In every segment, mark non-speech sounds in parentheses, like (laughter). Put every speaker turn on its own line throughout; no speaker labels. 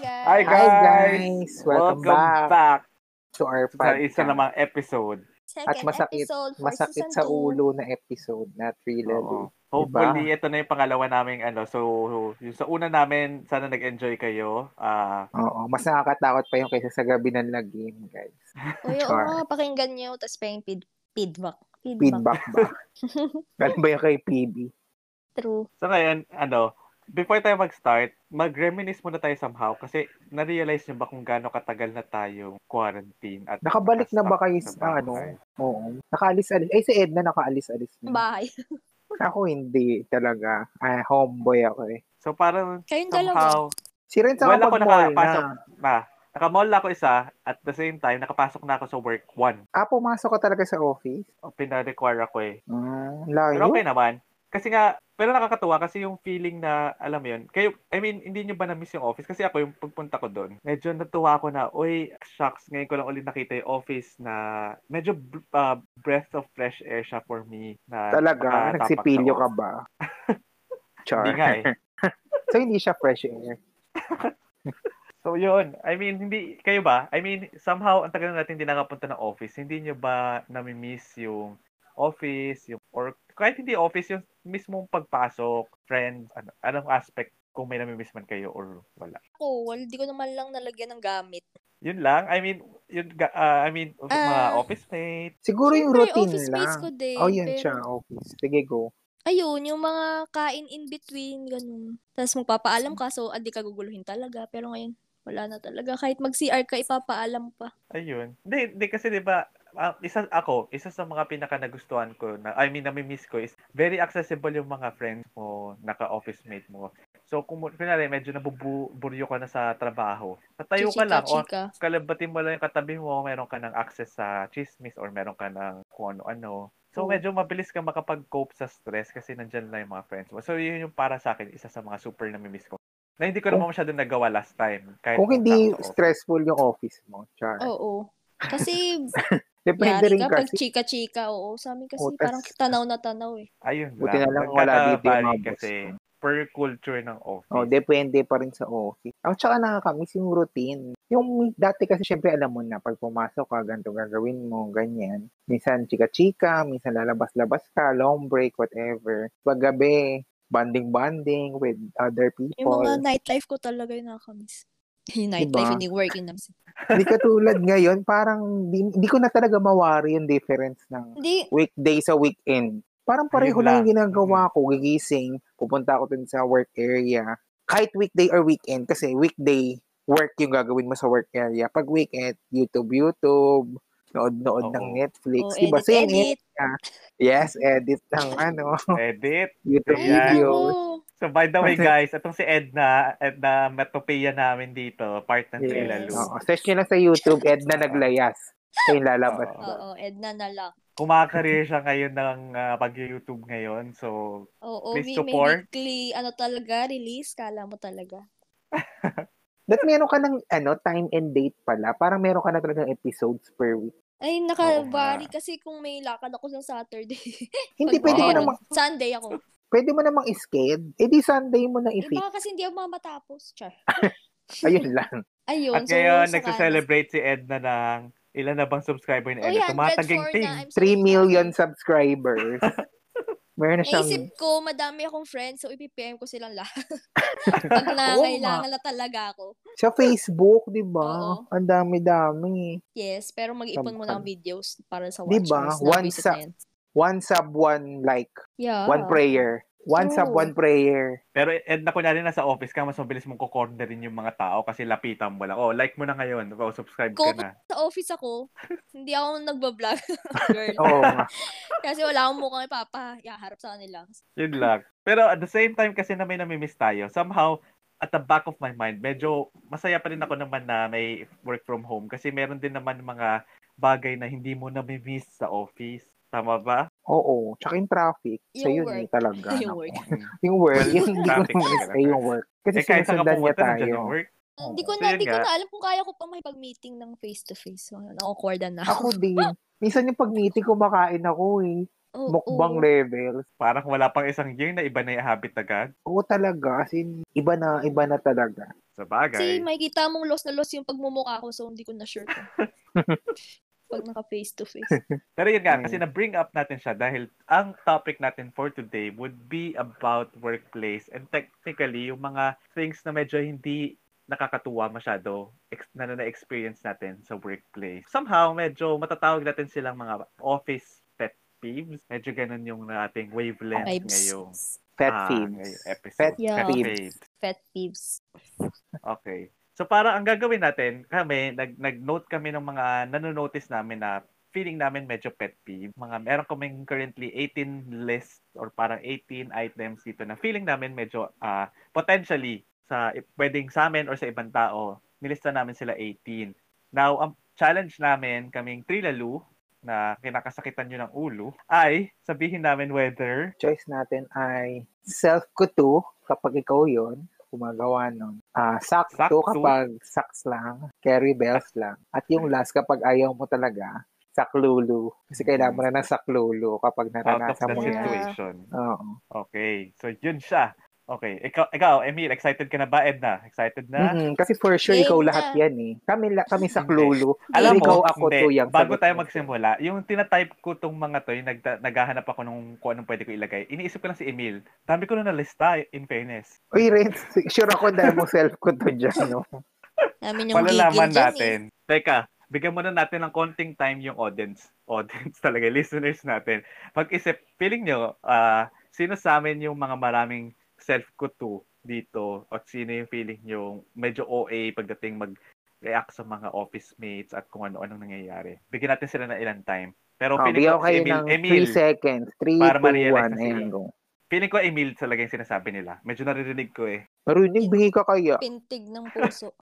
Hi guys!
guys! Welcome, back, to our
sa isa
podcast.
namang episode.
Second
At masakit-
episode for
Masakit
season
sa
two.
ulo na episode na eh. Three Level.
Oo. Hopefully, ito na yung pangalawa naming ano. So, yung sa una namin, sana nag-enjoy kayo. Ah,
Oo, mas nakakatakot pa yung kaysa sa gabi ng lagim,
(laughs)
guys.
Uy, oo
Char.
nga, pakinggan nyo, tapos paying feed, feedback. Feedback.
Feedback
(laughs)
ba? Ano ba yung kay PB?
True.
so, ngayon, ano, before tayo mag-start, mag-reminisce muna tayo somehow kasi na-realize nyo ba kung gaano katagal na tayong quarantine? At
Nakabalik na ba
nakastuck
kayo
sa
sa ano?
bahay?
Oo. Nakaalis-alis. Ay, si Edna nakaalis-alis na.
Bye. (laughs)
Ako hindi talaga. Ah, homeboy ako eh.
So, parang
Kayong dalawa.
somehow,
Si Renz ako
Wala ko
pag-mall
nakapasok.
na.
na, nakamall ako isa at the same time, nakapasok na ako sa work one.
Ah, pumasok ka talaga sa office?
O, Pina-require ako eh.
Ah, layo.
Pero okay naman. Kasi nga, pero nakakatuwa kasi yung feeling na, alam mo yun, kayo, I mean, hindi nyo ba na-miss yung office? Kasi ako yung pagpunta ko doon, medyo natuwa ako na, uy, shucks, ngayon ko lang ulit nakita yung office na medyo br- uh, breath of fresh air siya for me. Na nakatapak
Talaga? Nagsipilyo
sa
ka
office. (laughs)
ba? Char.
Hindi nga eh.
so, hindi siya fresh air.
So yun, I mean, hindi, kayo ba? I mean, somehow, ang tagal na natin hindi nakapunta ng office, hindi nyo ba nami-miss yung office, yung, or kahit hindi office, yung mismong pagpasok, friends, ano, anong aspect kung may nami-miss man kayo or wala.
Ako, wal, di ko naman lang nalagyan ng gamit.
Yun lang, I mean, yun, ga- ah, I mean, mga
Ah.
office mate,
Siguro yung
Siyempre,
routine
office mates
lang.
ko din.
Oh, yan
pero-
siya, office. Sige, go.
Ayun, yung mga kain in between, ganun. Tapos magpapaalam ka, so hindi ka guguluhin talaga. Pero ngayon, wala na talaga. Kahit mag-CR ka, ipapaalam pa.
ayun. Hindi, hindi kasi di ba, ah, isa ako, isa sa mga pinaka nagustuhan ko na I mean nami-miss ko is very accessible yung mga friends mo, naka-office mate mo. So kung kunwari medyo nabuburyo ka na sa trabaho, tatayo ka
Chichika,
lang or
chika.
kalabatin mo lang yung katabi mo, meron ka ng access sa chismis or meron ka ng kung ano-ano. So,
Oo.
medyo mabilis ka makapag-cope sa stress kasi nandyan na yung mga friends mo. So, yun yung para sa akin, isa sa mga super namimiss ko. Na hindi ko
Kung-
naman masyado nagawa last time. Kahit
Kung hindi
nasa-
stressful yung office mo, char.
Oo. Kasi, Oh,
Depende
yari
rin
ka, pag
kasi.
chika-chika, oo. Sa amin kasi,
Oh, tas-
parang tanaw na tanaw eh.
Ayun
Buti na lang wala
Nagkaka-
dito yung
vary
mga boss
kasi
mo.
per culture ng office.
Oh, depende pa rin sa office. Ang tsaka nakakamiss yung routine. Yung dati kasi syempre alam mo na pag pumasok ka, ganito gagawin mo, ganyan. Minsan chika-chika, minsan lalabas-labas ka, long break, whatever. Paggabi, banding-banding with other
Yung
people.
mga nightlife ko talaga yung nakakamiss. Yung nightlife,
Diba?
hindi work yun naman.
Hindi katulad ngayon, parang di, di ko na talaga mawari yung difference ng
Hindi,
weekday sa weekend. Parang pareho
Ayun
lang yung
lang.
ginagawa ko. Gigising, pupunta ako dun sa work area. Kahit weekday or weekend, kasi weekday, work yung gagawin mo sa work area. Pag weekend, YouTube, YouTube, nood-nood
Oo.
ng Netflix.
oh,
diba?
edit,
Same eh.
edit.
Yes, edit ng
(laughs)
ano,
Edit.
YouTube
Ay,
Ayan.
videos.
nako.
Eh, So, by the way,
Kasi-
guys, itong si Edna, Edna Metopeya namin dito, part ng Tila
Yes.
Yes.
Lu.
Oo. Search nyo lang sa YouTube, Edna Naglayas. Ito yung lalabas.
Oo.
doon.
Oo, Edna na lang.
Kumakareer siya ngayon ng ah, pag-YouTube ngayon. So,
Oo,
Please
we may
support.
weekly, ano talaga, release. Kala mo talaga.
But meron ka ng ano, time and date pala. Parang meron ka na talagang episodes per week.
Ay,
Oo
nakabari kasi kung may lakad ako sa Saturday.
(laughs) Hindi,
Pag
pwede mo,
meron.
Wow.
namang,
Sunday ako.
pwede mo namang isked. Eh di Sunday mo na
Eh,
i-fix.
baka kasi hindi ako mamatapos. Char.
Ayun lang.
Ayun.
At ngayon, nagsa-celebrate si Edna ng ilan na bang subscriber ni
Oh,
Edna?
yeah,
Tumataging
104
ting.
na. I'm
3
sorry.
million
(laughs)
subscribers. Meron na siyang...
Naisip ko, madami akong friends, so ipipm ko silang
(laughs)
lahat. Pag nangailangan na talaga ako.
Sa Facebook, di ba?
Oo.
Ang dami-dami.
Yes, pero mag-ipon muna ng
Sampan.
videos para sa watch.
Diba?
hours na
One
visit
sa-
na yun.
One sub, one like.
Yeah.
One prayer. One sub,
True.
one prayer.
Pero Edna, kunwari nasa office ka, mas mabilis mong kukorderin yung mga tao kasi lapitan mo lang. Oh, like mo na ngayon. Oh, subscribe ka
Ko-
na.
Sa office ako, hindi ako nagbablog.
(laughs)
Girl.
Oo nga.
Kasi wala akong mukhang ipapayaharap sa kanila.
Yun lang. Pero at the same time kasi na may namimiss tayo, somehow, at the back of my mind, medyo masaya pa rin ako naman na may work from home kasi meron din naman mga bagay na hindi mo namimiss sa office. Tama ba?
Oo. Tsaka yung traffic. So
Yung
yun
work.
eh, talaga.
(laughs) Yung
nako.
work.
Yung work.
Well,
Yun, hindi ko
traffic
naman
talaga.
stay yung work. Kasi
Hmm. eh, kahit saan ka
sinusundan niya
pumunta,
tayo.
nandiyan yung work.
Oo.
Hindi ko
So,
na,
yun
hindi ko
nga.
na alam kung kaya ko pa makipag-meeting ng face-to-face. Awkward na.
Ako din. Minsan yung pag-meeting, kumakain ako eh.
Oo,
Mukbang
oo.
levels.
Parang wala pang isang year na iba na yung habit agad.
Oo talaga. As in, iba na, iba na talaga.
Sa bagay.
Kasi makikita mong loss na loss yung pagmumukha ko so hindi ko na sure ko.
(laughs)
Pag naka face to face.
Pero yun nga,
Mm.
kasi na-bring up natin siya dahil ang topic natin for today would be about workplace and technically yung mga things na medyo hindi nakakatuwa masyado ex- na na- na-experience natin sa workplace. Somehow, medyo matatawag natin silang mga office pet peeves. Medyo ganun yung ating wavelength
Vibes.
ngayong,
Pet
ah,
peeves.
ngayong episode.
Pet
Yeah.
peeves.
Pet peeves.
Okay. So para ang gagawin natin, kami nag nag-note kami ng mga nanonotice namin na feeling namin medyo pet peeve. Mga meron kaming currently 18 list or parang 18 items dito na feeling namin medyo ah, potentially sa pwedeng sa amin or sa ibang tao. Nilista namin sila 18. Now, ang challenge namin kaming trilalu na kinakasakitan nyo ng ulo ay sabihin namin whether
choice natin ay self-kuto kapag ikaw yon gumagawa nun. Ah, sakto,
Sakto.
kapag saks lang, carry bells lang. At yung last kapag ayaw mo talaga, saklulu. Kasi kailangan mo na ng saklulu kapag
Mm-hmm. out of
naranasan
the
mo
Yeah.
yan.
situation.
Oo.
Okay. So, yun siya. Okay. Ikaw, ikaw Emil, excited ka na ba, Edna? Excited na?
Mm-mm, Mm-hmm. kasi for sure,
Game
ikaw
na.
lahat yan eh. Kami, la- kami saklulu.
Alam mo,
Pero ikaw ako
hindi.
to yung
bago
sagot
tayo
mo.
magsimula, yung tinatype ko tong mga to, yung nagta- naghahanap ako nung kung anong pwede ko ilagay, iniisip ko lang si Emil. Dami ko na nalista, in fairness.
Uy, Renz, (laughs) sure ako dahil mo self-kuto dyan, no?
Namin yung gigil dyan
Palalaman
eh.
natin. Teka, bigyan muna natin ng konting time yung audience. (laughs) Audience talaga, listeners natin. Pag-isip, feeling nyo, ah, sino sa amin yung mga maraming self-kuto dito? At sino yung feeling nyo medyo OA pagdating mag react sa mga office mates at kung ano-anong nangyayari. Bigyan natin sila ng ilang time. Pero
Oh,
feeling ko,
bigyan ko kayo
Emil,
ng 3
Emil,
seconds. 3,
Para
2,
ma-realize
1,
na sila.
and go.
feeling ko Emil talaga yung sinasabi nila. Medyo naririnig ko eh.
Marunig, bingi ka kaya.
eh. Pintig ng puso.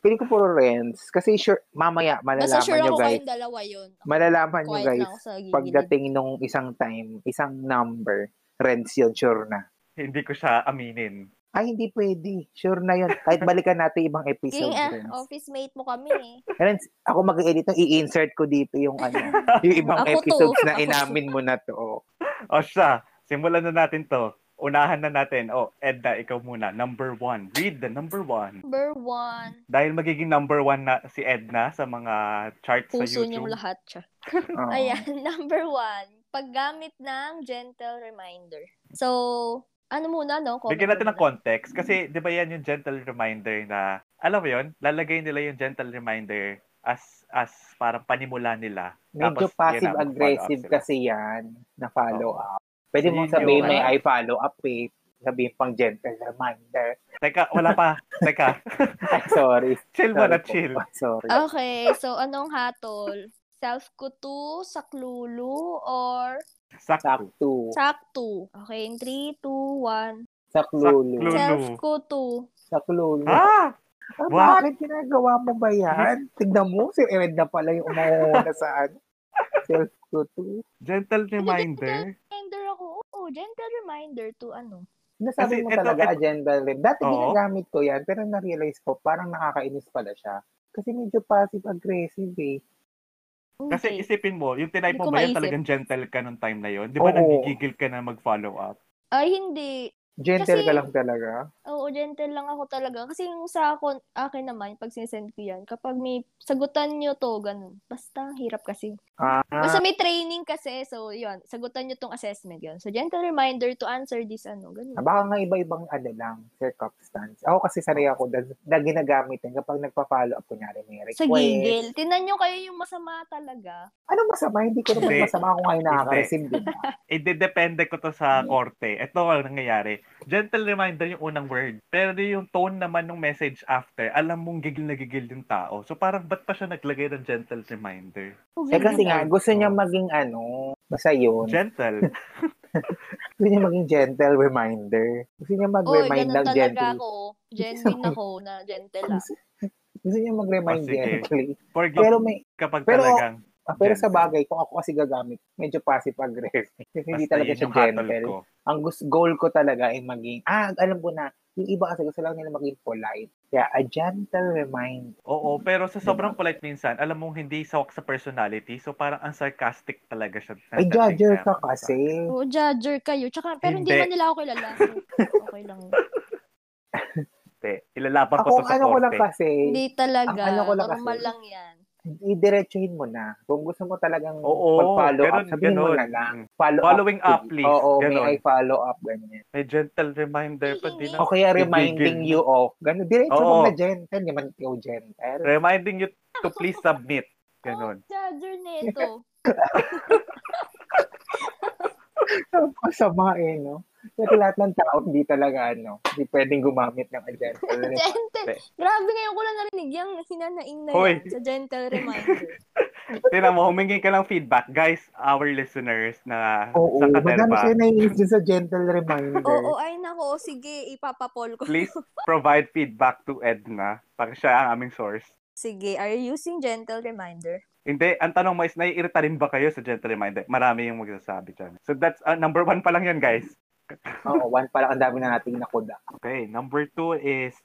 Piling ko puro Renz. Kasi sure, mamaya
Basta
malalaman
sure
nyo
ako
guys.
kayong dalawa yun. Ako,
Malalaman nyo
Quiet lang
guys.
ako sa gigilid.
Pagdating nung isang time, isang number, Renz yun, sure na.
Hindi ko siya aminin.
Ay, hindi pwede. Sure na yun. Kahit balikan
(laughs)
natin ibang episode.
King, ah,
Renz.
office mate mo kami eh.
Renz, ako mag-edit ng i-insert ko dito yung
(laughs)
ano, yung ibang
Ako to.
episodes
Ako
na
to.
inamin mo na to.
O siya, simulan na natin to. Unahan na natin. O, Edna, ikaw muna. Number one. Read the number one.
Number one.
Dahil magiging number one na si Edna sa mga charts sa
Puso niyong
YouTube.
lahat siya.
Oo.
Ayan, (laughs) number one. Paggamit ng gentle reminder. So, ano muna, no? Comment
Bigyan natin ng
muna.
context. Kasi, di ba yan yung gentle reminder na, alam mo yun, lalagay nila yung gentle reminder as as parang panimula nila.
Medyo
Tapos, yun na,
passive-aggressive
mag-follow up sila.
kasi yan na follow-up. Pwede
Yun
mong sabihin
yun.
may I follow up eh. Sabihin pang gentle
(laughs)
reminder.
Teka, wala pa.
(laughs)
Teka,
Ay, sorry.
chill mo
Sorry
na
po.
chill.
(laughs) Sorry.
Oh. Okay, so anong hatol? Self-kutu, saklulu, or
Sakto.
Sakto.
saktu? Okay, in 3, 2, 1.
Saklulu.
Saklulu.
Self-kutu.
Saklulu.
Ah!
Ah,
What?
bakit ginagawa mo ba
(laughs)
yan? Tignan mo, si Ed na pala yung umuuna sa ano. Self-kutu.
Gentle reminder.
Reminder ako. Oo, gentle reminder to ano.
Nasabi
Kasi
mo
ito-
talaga
ito-
agenda rin. Dati
Oo.
ginagamit ko yan, pero na-realize ko, parang nakakainis pala siya. Kasi medyo passive-aggressive eh.
Kasi
Okay.
isipin mo, yung tinay
Hindi ko
mo ba yan
maisip.
talagang gentle ka nung time na yun? Di ba
Oo.
nagigigil ka na mag-follow up?
Ay, hindi.
Gentle
Kasi-
ka lang talaga.
Oo, gentle lang ako talaga. Kasi yung sa akon, akin naman, pag sinesend ko yan, kapag may sagutan nyo to, ganun. Basta, hirap kasi.
Ah,
Basta may training kasi, so yun, sagutan nyo tong assessment yun. So, gentle reminder to answer this, ano, ganun.
Ah, baka nga iba-ibang ano lang, circumstance. Ako kasi sarili ako na, na ginagamit yan kapag nagpa-follow up, kunyari may request.
Sa gigil. Tinan nyo kayo yung masama talaga.
Ano masama? Hindi ko
Hindi.
naman masama kung ngayon nakaka-receive, di
(laughs)
ba?
Idedepende ko to sa
Mm.
korte. Ito ang nangyayari. Gentle reminder yung unang word. Pero yung tone naman ng message after, alam mong gigil na gigil yung tao. So parang ba't pa siya naglagay ng gentle reminder?
Oh,
Eh kasi nga,
ganun.
gusto niya maging ano, basta yun.
Gentle.
Gusto niya maging gentle reminder. Gusto niya
Oy,
mag-remind
Oh, ganun
ng
talaga
gentle.
ako. Genuine ako na gentle ah.
(laughs)
lang.
Gusto, gusto niya mag-remind
Oh, sige.
gently.
Forgive
Pero may,
kapag
pero-
talagang
ah, pero sa
Gentle.
bagay, kung ako kasi gagamit, medyo passive-aggressive. Kasi hindi
basta
talaga
yun
siya
yung hatol
gentle.
ko.
Ang gusto, goal ko talaga ay maging, ah, alam ko na, yung iba kasi gusto lang nila maging polite. Kaya, a gentle reminder.
Oo, pero sa sobrang polite minsan, alam mong hindi sawak sa personality. So parang ang sarcastic talaga siya.
Ay, judger ka kasi.
Oo, judger kayo. Tsaka, pero hindi,
(laughs)
Hindi.
man nila ako kilala. So, okay lang. yun.
korte. Ilalaban ko
Ako,
to
ang
sa
ano ko lang
korte.
kasi,
Hindi talaga.
Ang ano ko lang
Normal
kasi-
lang yan.
idiretsuhin mo na. Kung gusto mo talagang
Oo,
pag-follow
ganun,
up, ah, sabihin mo
ganun.
na lang.
Mm.
Follow
Following up, please.
Oo,
Ganun.
may I follow up, ganyan.
May gentle reminder pa din.
O
ako.
kaya
Gigil.
reminding you of, ganun, diretso
Oo.
mo na gentle, di man ikaw gentle.
Reminding you to please submit. Ganon.
Oh, charger
(laughs)
nito.
Masama eh, no? Kasi lahat ng tao, hindi talaga, ano, hindi pwedeng gumamit ng gentle.
gentle. Grabe ngayon ko lang narinig yung hinanaing na
Hoy.
yan sa
(laughs)
gentle reminder.
Tira mo, humingi ka ng feedback. Guys, our listeners na
Oo,
sa
madami
Kaderba,
siya nainis dyan sa gentle reminder.
Oo, ay nako. Sige, ipapapol ko.
please provide feedback to Edna para siya ang aming source.
Sige, are you using gentle reminder?
Hindi, ang tanong mo is, naiirita rin ba kayo sa gentle reminder? Marami yung magsasabi dyan. So that's uh, number one pa lang yun, guys.
Oo, one pa lang, ang dami na nating nakuda.
Okay, number two is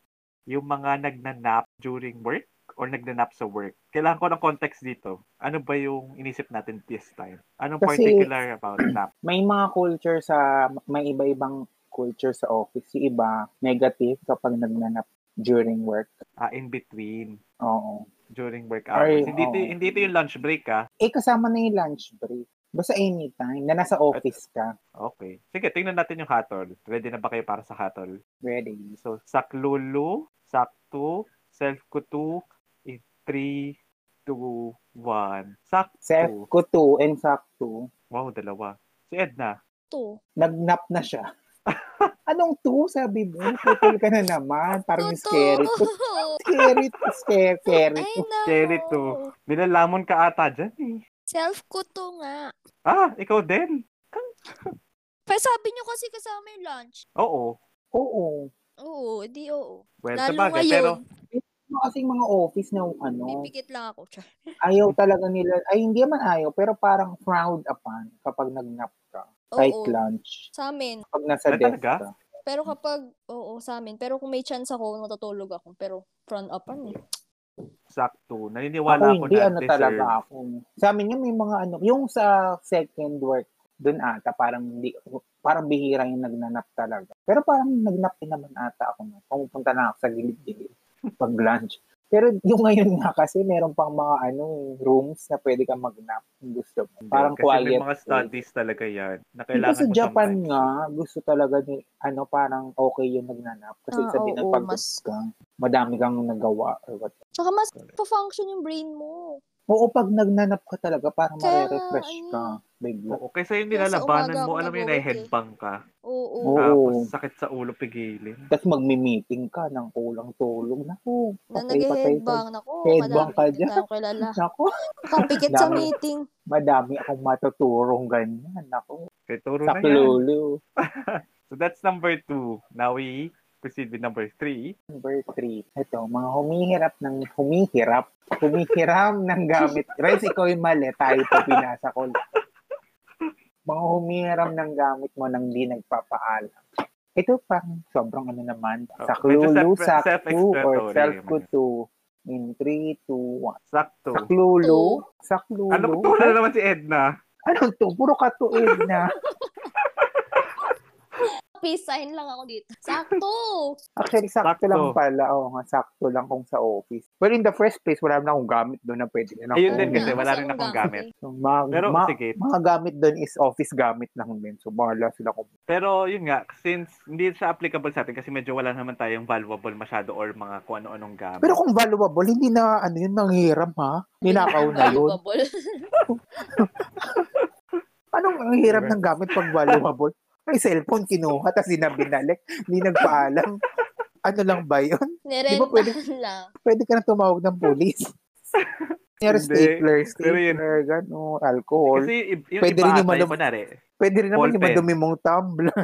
yung mga nagnanap during work or nagnanap sa work. Kailangan ko ng context dito. Ano ba yung inisip natin this time? Anong
Kasi-
particular about nap?
may mga culture sa, may iba-ibang culture sa office. Yung iba, negative kapag nagnanap during work.
Ah, in between,
Oo.
during work
Ay,
hours. hindi, ito,
oo.
hindi ito yung lunch break, ah.
Eh, kasama na yung lunch break. Basta anytime na nasa office ka,
Okay. Sige, tingnan natin yung hatol. Ready na ba kayo para sa hatol?
ready.
So, saklulu, sakto, self-kutu, in 3, 2, 1. Sak.
Sef
Oo.
ko to and sakto,
Wow, dalawa. Si Edna.
To.
nagnap na siya. (laughs) Anong two? Sabi mo, putol ka na naman. Parang
To, to.
scary.
(laughs)
Scary, scary, scary.
Ay nako.
Scary to. Nilalamon ka ata dyan, eh.
Self ko to nga.
Ah, ikaw din?
Pa sabi nyo kasi kasama yung lunch.
Oo.
Oo.
Oo, di oo.
Well,
Lalo
sabagay,
ngayon,
pero
Ano kasi mga office na ano,
pipikit lang ako. Char.
ayaw talaga nila, ay hindi man ayaw, pero parang frowned upon kapag nagnap ka. Tight
Oo,
lunch.
sa amin.
Kapag nasa
Ay,
desk
talaga?
ka.
Pero kapag, oo, sa amin. Pero kung may chance ako, natutulog ako. Pero front up ano eh.
sakto.
Ako
Naniniwala ako
hindi,
na
ano
deserve.
talaga ako. Sa amin yun, may mga ano, yung sa second work, dun ata, parang hindi, parang bihira yung nagnanap talaga. Pero parang nagnap din naman ata ako. nun. Pumupunta na ako sa
(laughs)
gilid-gilid pag lunch. Pero yung ngayon nga kasi, meron pang mga ano, rooms na pwede kang magnap kung gusto mo.
Hindi,
Parang
Kasi
quiet.
may mga
space.
studies talaga yan. Na
Diba
kailangan
sa
mo
Japan
sometimes.
nga, gusto talaga ni, ano, parang okay yung nagnanap. Kasi
Ah,
sabi ng
oo,
pag
mas-
ka, madami kang nagawa or what.
Tsaka mas pa-function yung brain mo.
Oo, pag nagnanap ka talaga, parang
Kaya,
marerefresh ka. Bigla.
Oo, kaysa yung
Kaya sa
nilalabanan
umaga
mo,
ako
alam mo yun,
nag-work eh.
headbang ka.
Oo,
Oo.
Tapos sakit sa ulo, pigilin.
Tapos magmi-meeting ka ng kulang tulog. Naku,
na
patay, patay. ka.
nag-headbang. Nako,
Headbang ka
madami
dyan.
din tayong kilala.
Naku,
Kapikit sa
Dami.
meeting.
madami akong matuturong ganyan. Naku,
Kaya turo na yan.
saklulu.
So that's number two. Now we proceed with number three.
Number three. Ito, mga humihirap ng humihirap. Humihiram ng gamit. Res, ikaw yung mali. Tayo pa pinasa ko lang. Mga humihiram ng gamit mo nang di nagpapaalam. Ito pang sobrang ano naman.
Oh,
Sa
medyo
klulu,
self-
sa ku,
self-explanatory
or self ko
naman.
to. In 3, 2, 1.
Sakto.
Sa klulu, sa klulu.
Ano ko na naman si Edna?
Ano to? Puro katuig na.
Peace sign lang ako dito. Sakto!
Actually,
Sakto.
sakto, lang pala. Oo nga, sakto lang kung sa office. Well, in the first place, wala na akong gamit doon na pwede na.
Ayun
Oo
din kasi,
nga,
wala rin
akong
akong gamit.
So, mga,
Pero
ma-
sige.
mga gamit doon is office gamit lang din. So, bahala sila kung...
Pero yun nga, since hindi siya applicable sa atin kasi medyo wala naman tayong valuable masyado or mga kung ano-anong gamit.
Pero kung valuable, hindi na ano yun, nanghiram ha? Ninakaw na
(laughs)
yun.
Bababol.
Anong nanghiram ng gamit pag valuable? Ay, cellphone kinuha, tapos di na binalik. Hindi nagpaalam. Ano lang ba yun? Di ba pwede?
Nirentahan lang.
Pwede ka na tumawag ng polis.
Hindi.
Kanyari stapler,
Pero yun-
stapler, gano'n, alcohol.
Kasi i- yung
Pwede
iba
rin yung
ata,
malam-
kunwari,
Pwede rin naman yung
ballpen.
madumi mong tumbler.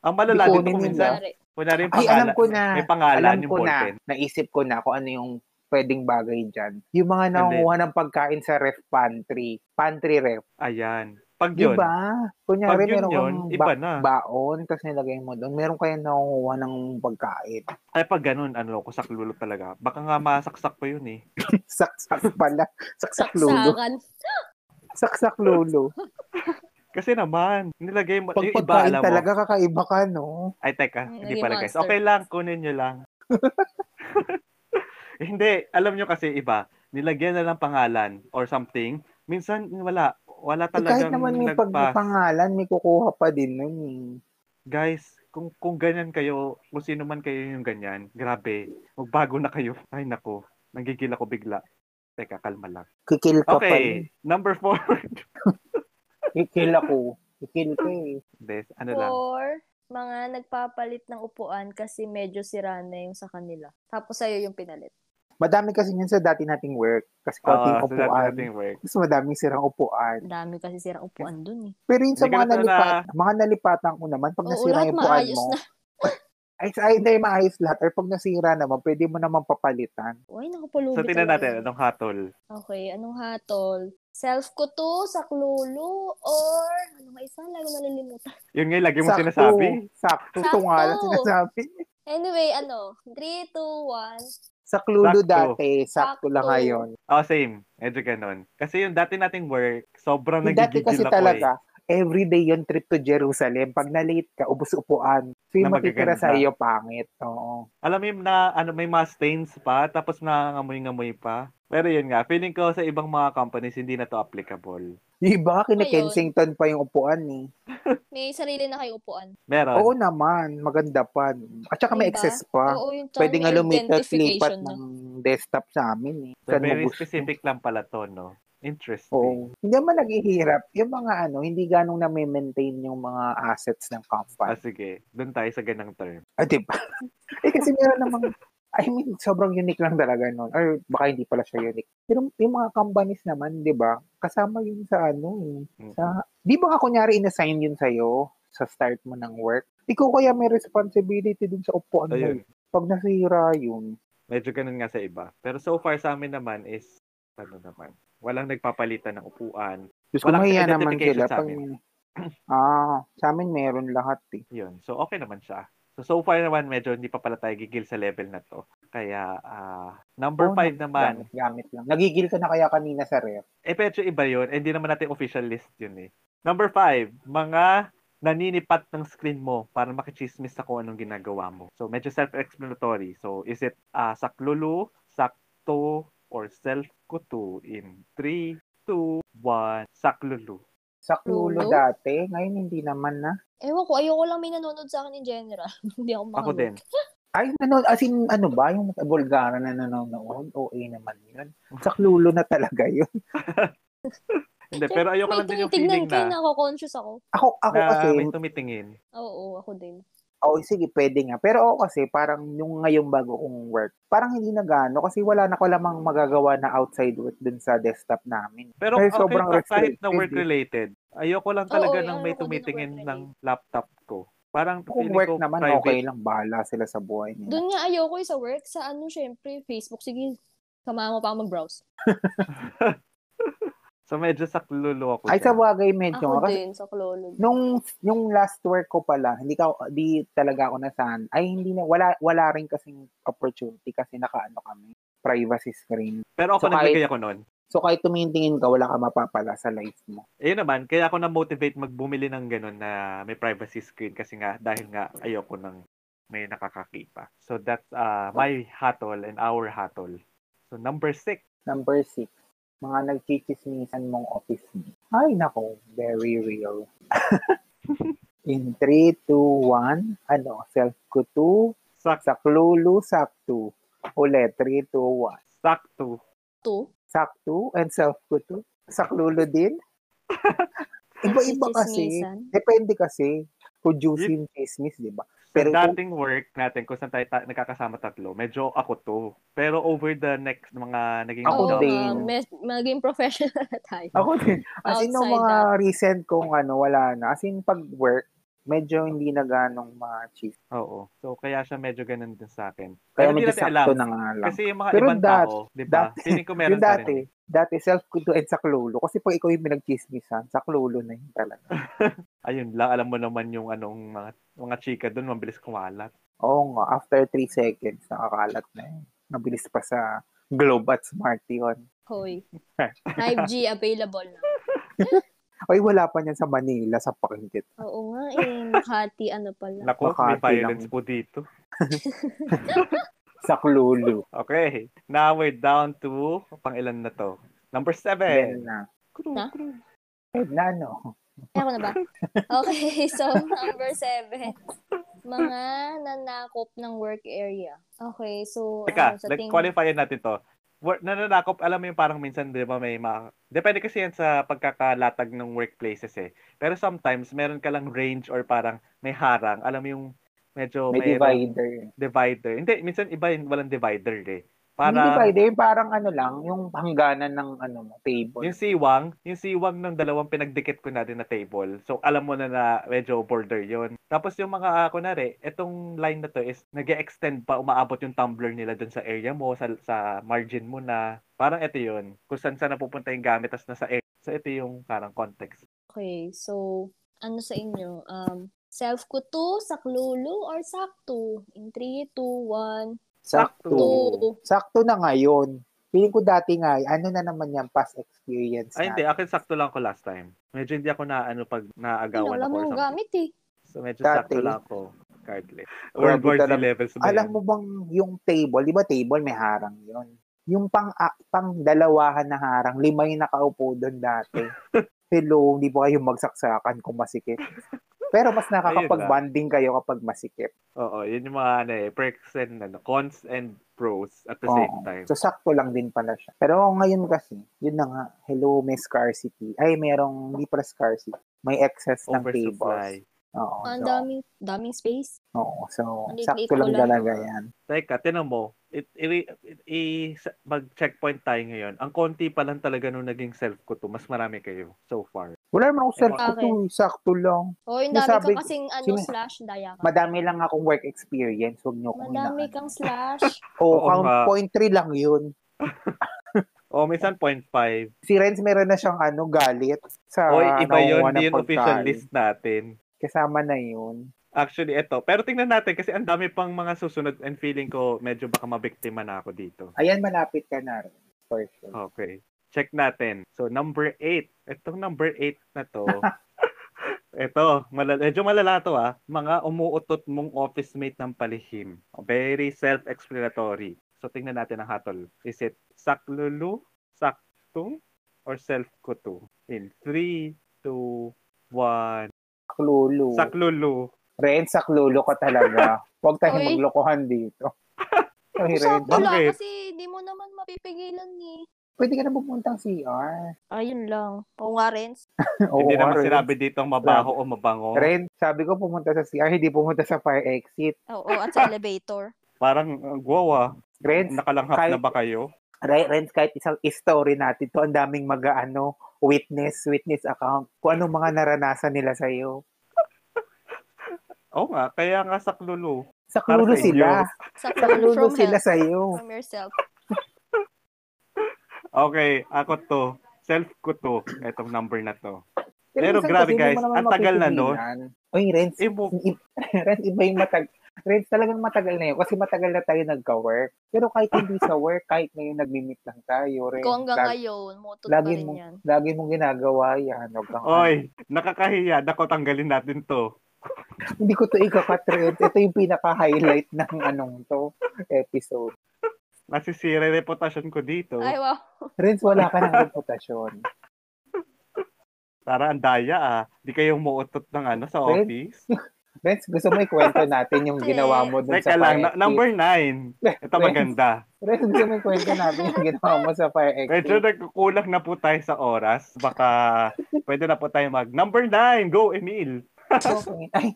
Ang malala
Hindi
dito
ko kunin
kung
yun
minsan,
lang.
Kunwari.
kunwari yung
Ay,
pangalan,
alam ko na.
may pangalan
Alam
yung
ko na,
ballpen.
naisip ko na kung ano yung pwedeng bagay dyan. Yung mga nangunguha ng pagkain sa ref pantry. Pantry ref.
Ayan. Pag yun,
Diba?
pag
Kunyari,
yun
meron
yun,
kang
iba
ba-
na.
baon, tapos nilagay mo doon. Meron kayang nangunguha ng
(laughs)
pagkain.
Ay, pag ganun, ano, kusak lulo talaga. Baka nga masaksak pa yun eh.
Saksak pala. Saksak lulo.
Saksakan.
Saksak lulo.
Kasi naman, nilagay mo,
Pag
yung iba
pagkain
alam mo.
talaga, kakaiba ka, no?
Ay, teka,
Nilagay
hindi pala guys.
monster.
Okay lang, (laughs) kunin nyo lang. Hindi, alam nyo kasi iba, nilagyan na lang pangalan or something. Minsan wala, wala
Eh, kahit
talagang
naman may
nagpa-
pagpangalan, may kukuha pa din nun eh.
Guys, kung kung ganyan kayo, kung sino man kayo yung ganyan, grabe, magbago na kayo. (laughs) Ay nako, nagigil ako bigla. Teka, kalma lang.
Kikil ka pa rin.
Okay, number four. (laughs)
Kikil ako. Kikil ka eh.
Des, ano lang.
Or, mga nagpapalit ng upuan kasi medyo sira na yung sa kanila. Tapos sa'yo yung pinalit.
Madami kasi yun sa dati nating work. Kasi konting
Oo, so that's
upuan.
nothing work.
Mas madaming sirang upuan.
Ang dami kasi sira upuan dun eh.
Pero yun sa
Hindi ka
mga
na talaga-
nalipat, mga nalipatan ko naman, pag
Oo,
nasira
lahat
yung upuan
maayos
mo,
na.
ay, ay, hindi, maayos lahat. Or pag nasira naman, pwede mo naman papalitan.
Uy, nakapulubit.
So tingnan natin ano? anong hatol.
Okay, anong hatol? Self-kuto, saklolo, or ano ba isa? Lalo nalilimutan. (laughs)
Yun nga, lagi mo sinasabi.
Sakto,
Sakto.
sakto. tungala sinasabi.
Anyway, ano? 3, 2, 1.
Sa klulo
Sakto.
dati, sakto, lang
Sakto.
ngayon.
Oh, same. Medyo ganun. Kasi yung dati nating work, sobrang
Yung dati
nagigigil
kasi
ako eh.
talaga, everyday yon trip to Jerusalem. Pag na-late ka, ubus upuan. So yung
Na
matitira
magaganda.
sa iyo, pangit. Oo.
Alam mo yung na, ano, may mga stains pa, tapos nangangamoy-ngamoy pa. Pero yun nga, feeling ko sa ibang mga companies, hindi na to applicable.
Yung iba,
Ayun.
kina-Kensington pa yung upuan eh.
May sarili na kayo upuan.
Meron.
Oo naman, maganda pa. At saka may
Diba?
excess pa.
Oo, yung
Ah, Pwede
term
nga lumipat
identification
lipat
na.
ng desktop sa amin eh.
so,
Saan mo
very
gusto?
specific lang pala to, no? Interesting.
Oo. Hindi naman naghihirap. Yung mga ano, hindi ganong na-maintain yung mga assets ng
Ah,
company.
sige. Doon tayo sa ganang term.
Ah, di ba? (laughs) eh kasi meron namang, I mean, sobrang unique lang talaga nun. Or baka hindi pala siya unique. Pero yung mga companies naman, di ba? Kasama yun sa ano eh.
Mm.
Sa, di ba ka kunyari inassign yun sa'yo sa start mo ng work? Ikaw kaya may responsibility dun sa upuan mo.
Ayun.
eh. Pag nasira yun,
Medyo ganun nga sa iba. Pero so far sa amin naman is, ano naman, walang nagpapalitan ng upuan.
Diyos ko,
Walang
mahiya naman
identification
sila.
sa
Pag... Ah, sa amin meron lahat eh.
Yun. So, okay naman siya. So, so far naman, medyo hindi pa pala tayo gigil sa level na to. Kaya, ah, number
Oo,
five naman.
Gamit, gamit lang. Nagigil ka na kaya kanina sa ref.
Eh, medyo iba yun. Eh, Hindi naman natin official list yun eh. Number five, mga naninipat ng screen mo para makichismis sa kung anong ginagawa mo. So, medyo self-explanatory. So, is it ah, saklulu, sakto, or self-kutu in 3, 2, 1, saklulu.
Sa klulo
Klulo?
dati, ngayon hindi naman ah. na.
Ewan ko, ayoko lang may nanonood sa akin in general. (laughs) Hindi ako
Ako
makahook.
din.
Ay, nanon, as in, ano ba, yung Bulgara na nanonood, OA naman yun. Sa klulo na talaga yun. (laughs)
Hindi, pero ayoko lang din yung feeling
Kayo,
na,
nako-conscious ako.
Ako, ako
na
kasi,
may tumitingin.
Oo, ako din.
oh, sige, pwede nga. Pero ako kasi, parang yung ngayong bago kong work, parang hindi na gano kasi wala na ko lamang magagawa na outside work dun sa desktop namin.
Pero
Ay,
okay,
sobrang
pa- kahit
restricted
na
eh.
work-related, ayoko lang talaga
Oo,
ng may
ayoko din ng
tumitingin
work-related.
ng laptop ko. Parang
Kung
feeling
work
ko
naman,
private.
okay lang, bahala sila sa buhay nila.
Doon nga ayoko eh, sa work. Sa ano, syempre, Facebook. Sige, samahan mo pa ako mag-browse.
So medyo saklulo ako.
Ay,
dyan.
sa bagay, medyo
Ako
nga. Kasi
din, sa klolo.
nung yung last work ko pala, hindi ka di talaga ako nasan. Ay hindi na wala wala rin kasing opportunity kasi nakaano kami, privacy screen.
Pero ako
So, kahit-
nagbigay ako noon.
So kahit tumitingin ka, wala ka mapapala sa life mo.
Ayun naman, kaya ako na-motivate magbumili ng ganun na may privacy screen kasi nga, dahil nga ayoko ng may nakakakita. So that's uh, my hatol and our hatol. So number six,
Number six, mga nagchichismisan mong office mate. Ay nako, very real. In 3, 2, 1, ano, self kutu,
sak
saklulu, saktu. Ulit, 3, 2, 1.
sakto.
To.
sakto and self-kuto. Saklulo din. Iba-iba kasi.
Chismisan.
Depende kasi. Kung juicy yung chismis, di ba?
Sa
Pero kung-
dating work natin, kung saan tayo ta- nagkakasama tatlo, medyo ako to. Pero over the next mga naging
Ako
Oo,
adult,
din.
nga, mes- maging professional (laughs) na tayo.
Ako din. As in, yung
Outside
mga recent kong ano, wala na. As in, pag work, medyo hindi na ganong ma-chismis.
Oo. So, kaya siya medyo ganun din sa akin. Pero
Kaya
hindi
medyo
natin alam.
sakto na nga lang.
Kasi yung mga
Pero
ibang
dat-
tao, di ba?
dati-
Feeling ko meron
Yung
pa
dati,
rin.
dati self-kuto and saklulo. Kasi pag ikaw yung pinagchismisan, saklulo na yun talaga.
Ayun lang, alam mo naman yung anong mga, mga chika doon, mabilis kumalat.
Oo nga, after 3 seconds, nakakalat na yun. Mabilis pa sa Globe at Smart yun.
Hoy. 5G available na.
Ay, wala pa niyan sa Manila, sa Pakingkit.
Oo nga eh, Makati ano pala.
Naku, may
Makati lang.
violence po dito.
Saklulu.
Okay. Now we're down to pang ilan na to? Number
Yan
seven.
na.
Kru,
Na?
kru.
Ed na, no?
Ay, ako na ba? Okay, (laughs) so number seven. Mga nanakop ng work area. Okay, so ano,
Teka,
sa
like,
ting-
qualifyin natin to. Work, nananakop, alam mo yung parang minsan, di ba, may mga... Depende kasi yan sa pagkakalatag ng workplaces eh. Pero sometimes, meron ka lang range or parang may harang. Alam mo yung medyo mayroong
May divider.
divider. Hindi, minsan iba yung walang divider eh.
Hindi
Para
divider, parang ano lang, yung hangganan ng ano mo, table.
yung siwang, yung siwang ng dalawang pinagdikit ko natin na table. So, alam mo na na medyo border yon Tapos yung mga, ah, kunwari, etong line na to is nag extend pa, umaabot yung tumbler nila dun sa area mo, sa, sa margin mo na. Parang ito yon Kung saan saan napupunta yung gamit, tas nasa area. So, ito yung parang context.
Okay, so ano sa inyo? Um, self ko to, saklulu, or sakto? In 3, 2, 1,
Sakto.
Oo.
Sakto na ngayon. Feeling ko dati nga, ano na naman yung past experience
Ay, hindi.
na.
Akin sakto lang ko last time. Medyo hindi ako na, ano, pag naagawan
Wala
ako. or
mo
something.
gamit eh.
So, medyo
Dati.
sakto lang ako. Cardless. World
Grabe
War Z
talaga.
levels ba
Alam
yan?
mo bang yung table, di ba table may harang yun? Yung pang, a- pang dalawahan na harang, lima yung nakaupo doon
(laughs)
dati. Hello, hindi po kayo magsaksakan kung masikip. Pero mas nakakapag-bonding kayo kapag masikip.
Oo, yun yung mga ano eh, perks and ano, cons and pros at the
Oo.
same time.
So, sakto lang din pala siya. Pero ngayon kasi, yun na nga, hello, may scarcity. Ay, merong, hindi pala scarcity. May excess ng tables.
Oversupply.
Oo,
Ang
so,
daming, daming space.
oo, so
Maliit-liit
sakto
ko
lang
lang.
talaga yan.
Teka, tinan mo, it, i, i, sa- mag-checkpoint tayo ngayon. Ang konti pa lang talaga nung naging self ko to, mas marami kayo so far.
Wala naman ako self ko
Bakit?
to, sakto lang.
O, yung dami
Nasabi-
ka kasing ano,
sino-
slash, daya ka.
Madami lang akong work experience, huwag niyo kong
Madami
inaano.
kang
(laughs)
slash.
Oo,
Oo ah.
count
nga.
point three lang yun.
O, Oh, minsan 0.5.
Si Renz meron na siyang ano, galit sa
o, iba yun,
nakuha ng
di yun official
pagkain.
list natin.
Kasama na yun.
Actually, eto. Pero tingnan natin kasi ang dami pang mga susunod and feeling ko medyo baka mabiktima na ako dito.
Ayan, malapit ka na rin. For sure.
Okay. Check natin. So, number 8. Itong number 8 na to. Ito, mala- medyo malala to ah. Mga umuutot mong office mate ng palihim. Very self-explanatory. So, tingnan natin ang hatol. Is it saklulu, sakto, or self-kuto? In 3, 2, 1.
Saklulu.
Saklulu.
Renz, saklulu ko talaga. Huwag tayong
Oy.
maglokohan dito. Ay, Renz.
Sakto lang
Bakit?
kasi hindi mo naman mapipigilan ni. Eh.
Pwede ka na pumunta ng CR.
Ayun lang. O nga, Renz.
Oo,
Hindi naman
Renz.
sinabi dito mabaho o mabango.
Renz, sabi ko pumunta sa CR, hindi pumunta sa fire exit.
Oo, at (laughs) sa elevator.
Parang, uh, wow ah.
Renz,
Nakalanghap
kahit-
na ba kayo?
Right, Renz, kahit isang story natin to, ang daming mag-ano, witness, witness account, kung anong mga naranasan nila sa'yo.
Oo nga, kaya nga saklulu.
Sa
Para
klulo
sa inyo.
sila.
Sa
Sa klulo
from
sila
hell.
sa'yo.
From yourself.
Okay, ako to. Self ko to. Itong number na to. Pero
minsan
grabe,
kasi hindi
guys.
mo naman
Ang tagal na, no?
mapipigilan. Uy, Renz,
Imo,
i- Renz, iba yung matag... Renz, talagang matagal na yun. Kasi matagal na tayo nagka-work. Pero kahit hindi sa work, kahit ngayon nagmi-meet lang tayo, Renz.
Ikaw hanggang
lag-
ngayon, motot pa
lagi
rin
mo-
yan.
lagi mong ginagawa yan. Huwag kang-
oy, nakakahiya. Nako, tanggalin natin to.
Hindi ko to ikakat, Renz. Ito yung pinaka-highlight ng anong to episode.
Nasisira yung reputasyon ko dito.
Ay, wow.
Renz, wala ka ng reputasyon.
Tara, ang daya ah. Di kayo umuutot ng ano sa
Wait.
office.
Renz, gusto mo ikwento natin yung ginawa mo dun sa
Teka lang, na-
fire exit.
number 9. Ito
Renz,
maganda.
Renz, gusto mo ikwento natin yung ginawa mo sa fire
Medyo
exit.
nagkukulang na po tayo sa oras. Baka pwede na po tayo mag... Number 9! Go, Emil!
Okay. Ay,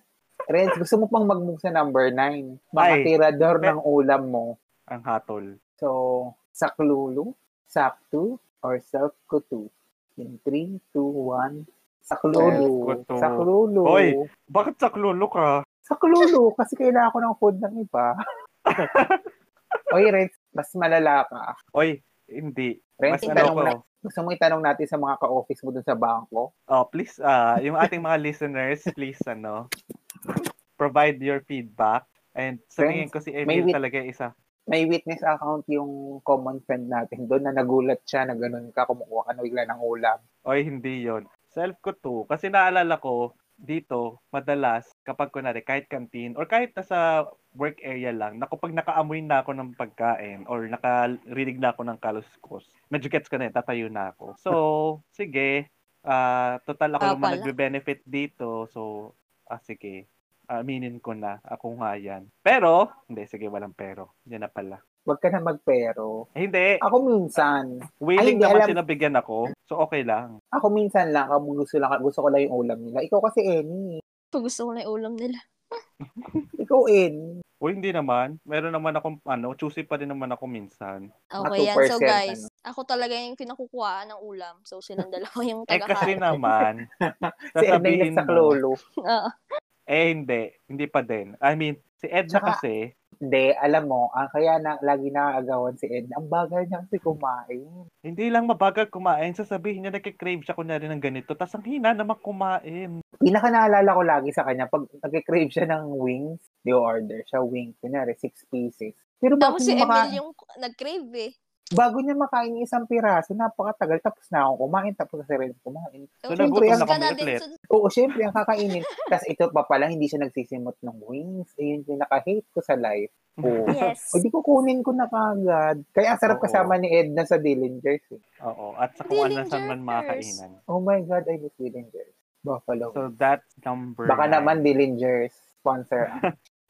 Renz, gusto mo pang mag-move sa number 9. Mga
Ay.
tirador
Pe-
ng ulam mo.
Ang hatol.
So, saklulu, saktu, or self-kutu. In 3, 2, 1, saklulu.
Self-kutu.
Saklulu.
Hoy. Bakit saklolo ka?
Saklulu, kasi kailangan ko ng food ng
(laughs)
iba. Oy, Renz, mas malala ka.
Oy, hindi. Mas
Renz,
ano
itanong
ko.
na, gusto mo itanong natin sa mga ka-office mo dun sa bangko?
Oh, please, ah, yung ating mga listeners, please, ano, provide your feedback. And sa tingin ko si
may
Emil
wit-
talaga isa.
May witness account yung common friend natin doon na nagulat siya na ganun ka, kumukuha ka na bigla ng ulam.
Oy, hindi yon Self ko to. Kasi naalala ko, dito, madalas, kapag kunwari, kahit canteen, or kahit nasa work area lang, na kapag nakaamoy na ako ng pagkain or nakarinig na ako ng kaluskos, medyo gets ko na yun, tatayo na ako.
(laughs)
So, sige, ah total ako
Ah,
naman
pala.
nagbe-benefit dito. So, ah, sige, aminin ko na, ako nga yan. Pero, hindi, sige, walang pero. Yan na pala.
Huwag ka na magpero.
Eh, hindi,
Ako minsan, Ay,
willing
hindi,
naman
alam-
sila bigyan ako. So, okay lang.
ako minsan lang, ako gusto, lang, gusto ko lang yung ulam nila. Ikaw kasi any.
Pag gusto ko na yung ulam nila.
Ikaw any.
O hindi naman. Meron naman akong, ano, choosy pa rin naman ako minsan.
Okay yan. So
2%,
guys,
ano.
ako talaga yung kinakukuhaan ng ulam. So
(laughs)
silang dalawa yung
Eh, kasi
tagakain.
naman,
Si Enay
sasabihin
sa
mo,
Klolo.
Oo.
eh, hindi. Hindi pa din. I mean, si Edna
Tsaka-
kasi,
Hindi, alam mo, ang kaya na, lagi nakagawan si Ed, ang bagal niya kasi kumain.
hindi lang mabagal kumain. Sasabihin niya, nakikrave siya kunyari ng ganito. Tapos ang hina naman kumain.
Pinaka naalala ko lagi sa kanya, pag nag-crave siya ng wings, di order siya wings, kunyari six pieces. Pero bago,
Tapos si
niya maka-
Emil yung nag-crave eh.
bago niya makain yung isang piraso, napakatagal, tapos na akong kumain, tapos na si Ren kumain.
So,
Siyempre, nagutom na
ka na
kami
din.
ulit.
So,
Oo, syempre, ang kakainin. tapos ito pa pala, hindi siya nagsisimot ng wings. Ayun, pinaka-hate ko sa life. Oo.
yes.
O di kukunin ko na kagad. Kaya ang
Oo.
sarap kasama ni Edna sa Dillinger's. eh.
Oo. At sa kung ano
Dillinger
saan man
first.
makakainan.
Oh my God, I miss Dillinger's. Buffalo.
So, that's number
Baka
nine.
naman Dillinger's
(laughs)
sponsor.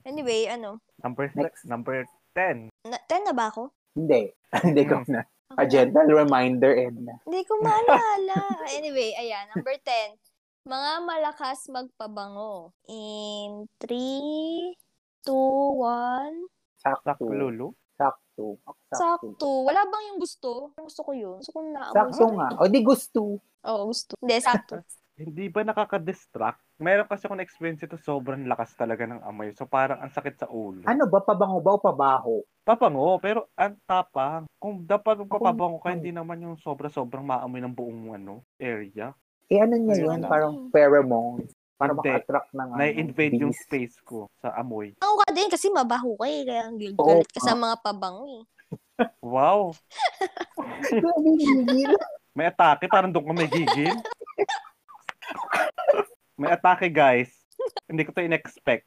Anyway, ano?
Number,
Next.
number 10.
Na, 10 na ba ako?
Hindi. (laughs) Hindi ko
Mm.
na.
Ako
A
na.
gentle reminder, Edna.
Hindi ko maalala. (laughs) anyway, ayan. Number 10. Mga malakas magpabango. In 3, 2, 1.
Sakto.
Saklulu.
Sakto. Sakto.
Sakto. Wala bang yung gusto? Gusto ko yun. Gusto ko na.
Sakto nga. O di gusto.
Oo, gusto. Hindi,
(laughs)
sakto.
Hindi ba nakaka-distract? Meron kasi akong experience ito, sobrang lakas talaga ng amoy. So, parang ang sakit sa ulo.
Ano ba, pabango ba o pabaho?
Papango, pero ang tapang. Kung dapat kung
Ako-
papabango ka, hindi naman yung sobra-sobrang maamoy ng buong ano, area.
Eh ano niya
Ayun
yun?
lang.
Parang pheromones. Para
Hindi.
maka-attract ng ano,
Na-invade yung
bees.
space ko sa amoy.
Ako ka din kasi mabaho ka eh. Kaya ang gil-
Oo,
galit ka sa mga pabango eh.
Wow!
Grabe, Gigil.
May atake, parang doon ko may
(laughs)
gigil. may atake, guys. Hindi ko to in-expect.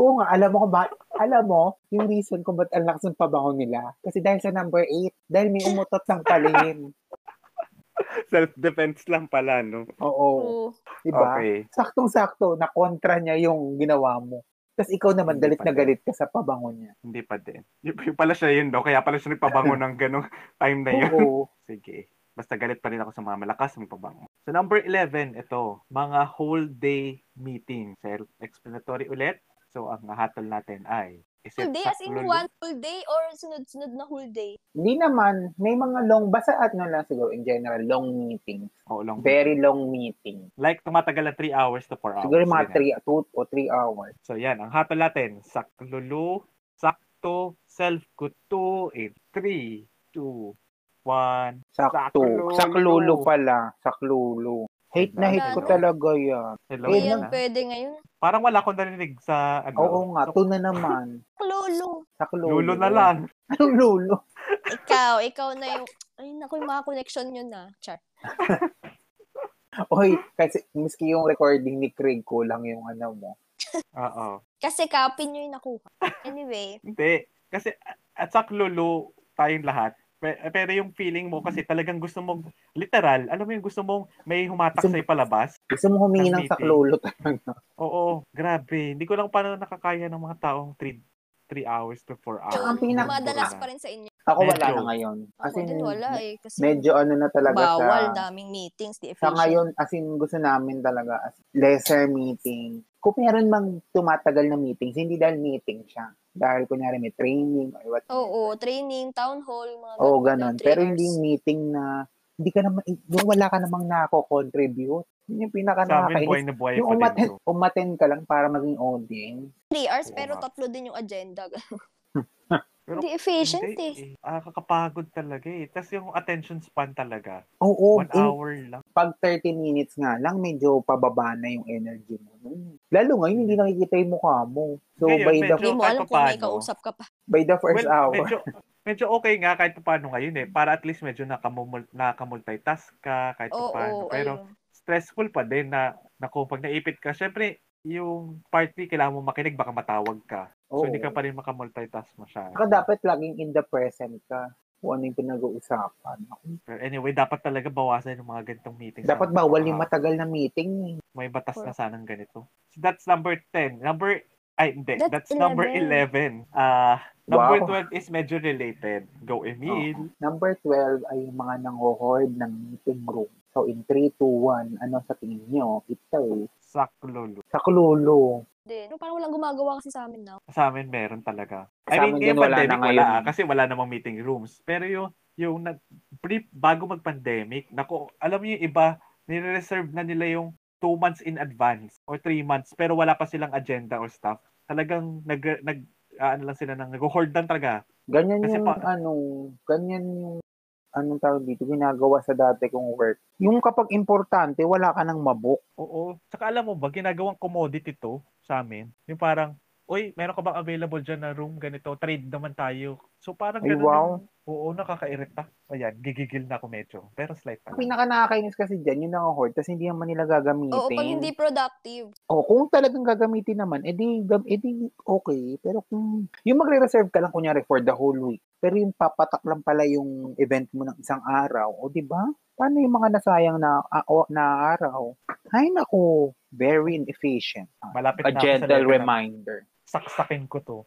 Oo nga, alam mo kung ba, alam mo, yung reason kung ba't ang lakas ng pabango nila, kasi dahil sa number 8, dahil may umutot ng palingin.
Self-defense lang pala, no?
Oo,
Oo.
di ba?
Okay.
Saktong-sakto na kontra niya yung ginawa mo. Tapos ikaw naman,
Hindi
galit
pa
na
din.
galit ka sa pabango niya.
Hindi pa din. Y- yung pala siya yun, no? Kaya pala siya nagpabango ng ganong time na yun.
Oo.
Sige. Basta galit pa rin ako sa mga malakas ng pabango. So number 11, ito, mga whole day meeting. Self-explanatory ulit. So ang hatol natin ay is it
Full day as in
saklolo?
one full day or sunod-sunod na whole day?
Hindi naman, may mga long, basta at ano lang siguro, in general, long meeting.
Oo, long
Very long meeting.
Like tumatagal na 3 hours to 4 hours.
Siguro mga
Ganyan.
3 o 3 hours.
So yan, ang hatol natin, saklulu, sakto, self-kuto, 8, 3, 2, 1.
Sakto.
Saklolo.
Saklolo pala. Saklolo. Hate na hate ko
Ano?
talaga yan.
Hello
Hindi
Ayun
yan
na.
pwede ngayon.
Parang wala akong narinig sa ano.
Oo nga,
So,
to na naman.
Lolo.
Saklolo.
lulo na lang.
Anong (laughs) lulo?
Ikaw, ikaw na yung... Ay, naku, yung mga connection yun na. Char.
Oy, kasi miski yung recording ni Craig ko lang yung ano mo.
Oo.
Kasi copy nyo yung nakuha.
(laughs)
Anyway,
Hindi. Kasi a- at saklolo tayong lahat. Pe- Pero yung feeling mo kasi talagang gusto mong literal, alam mo yung gusto mong may humatak
Gusto-
sa'yo palabas.
Gusto mo humingi
Ng
ng
meeting.
saklolo talaga.
Oo, grabe. Hindi ko lang paano nakakaya ng mga taong 3 3 hours to 4 hours.
Ah, ang pinak-
madalas pa rin sa inyo.
(laughs) Ako wala
Medyo.
na ngayon.
Ako
Kasi
din wala eh. Kasi
medyo ano na talaga
bawal,
sa...
daming meetings, di
Sa
efficient.
ngayon, as in, gusto namin talaga as lesser meeting. Kung meron mang tumatagal na meetings, hindi dahil meeting siya. Dahil kunyari may training or what.
Oo, training, town hall, mga
Oo,
ganun,
ganun.
three
Pero
hours.
hindi yung meeting na hindi ka naman, yung wala ka namang nako-contribute. Yun yung pinaka
Sa amin, buhay
nakakainis.
na buhay
Yung
pa din
umaten,
to.
umaten ka lang para maging audience.
Three hours,
Oo
pero
nga.
tatlo din yung agenda.
(laughs) Pero
Hindi efficient eh.
Hindi, eh. Ah, kakapagod talaga eh. Tapos yung attention span talaga,
Oo,
one
in-
hour lang.
pag 30 minutes nga lang, medyo pababa na yung energy mo. nun. Lalo ngayon, hindi nakikita yung mukha mo. So,
Hmm. Ngayon,
by, the,
Hindi
medyo-
mo
kahit
alam kung may
paano.
kausap ka pa.
by the first
Well,
hour,
medyo, medyo okay nga kahit pa paano ngayon eh. Para at least medyo nakamul- nakamultitask ka kahit pa
Oo,
paano. Pero
ayun.
stressful pa din na, naku, pag naipit ka, syempre, yung part 3, kailangan mo makinig, baka matawag ka. So,
Oo.
hindi ka pa rin makamultitask masyado.
oh. Saka dapat laging in the present ka kung ano yung pinag-uusapan.
Pero anyway, dapat talaga bawasan yung mga ganitong meetings.
Dapat
Sana-
bawal yung
Ah,
matagal na meeting. eh.
May batas na
Correct.
sanang ganito. So, that's number 10. Number, ay, hindi. That's,
That's
number 11.
11.
Ah, number
Wow. Oh.
12 is medyo related. Go, Emil.
Number 12 ay yung mga nanghohord ng meeting room. So in 3, 2, 1, ano sa tingin nyo? Ito eh.
Saklolo.
Sa kulolo.
Din. Pero parang walang gumagawa kasi sa amin now.
Sa amin, meron talaga. I
Sa
mean,
amin
ngayon
din, wala
pandemic,
na
wala,
ngayon.
ah, kasi wala namang meeting rooms. Pero yung, yung na, pre, bago mag-pandemic, nako, alam niyo yung iba, nire-reserve na nila yung two months in advance or three months, pero wala pa silang agenda or stuff. Talagang nag, nag ah, ano lang sila, nang, nag-hoard lang talaga.
Ganyan
Kasi
yung
pa-
ano, ganyan yung anong tawag dito, ginagawa sa dati kong work. Yung kapag importante, wala ka nang mabook.
Oo. Saka alam mo ba, ginagawang commodity to sa amin. Yung parang, uy, meron ka bang available dyan na room, ganito, trade naman tayo. So parang
Ay,
ganun
wow.
yung- oo, nakakairita. Ayan, gigigil na ako medyo. Pero slight pa.
Ang
lang.
pinaka nakakainis kasi dyan, yung nanghohord, tapos hindi naman nila gagamitin.
Oo, pag hindi productive.
O, kung talagang gagamitin naman, edi, gam- edi okay. Pero kung, yung magre-reserve ka lang, kunyari, for the whole week. Pero yung papatak lang pala yung event mo ng isang araw. O, di ba? Paano yung mga nasayang na, a- o- na araw? Ay, naku, very inefficient.
Malapit
A
na ako sa
gentle
level na
reminder.
Saksakin ko to.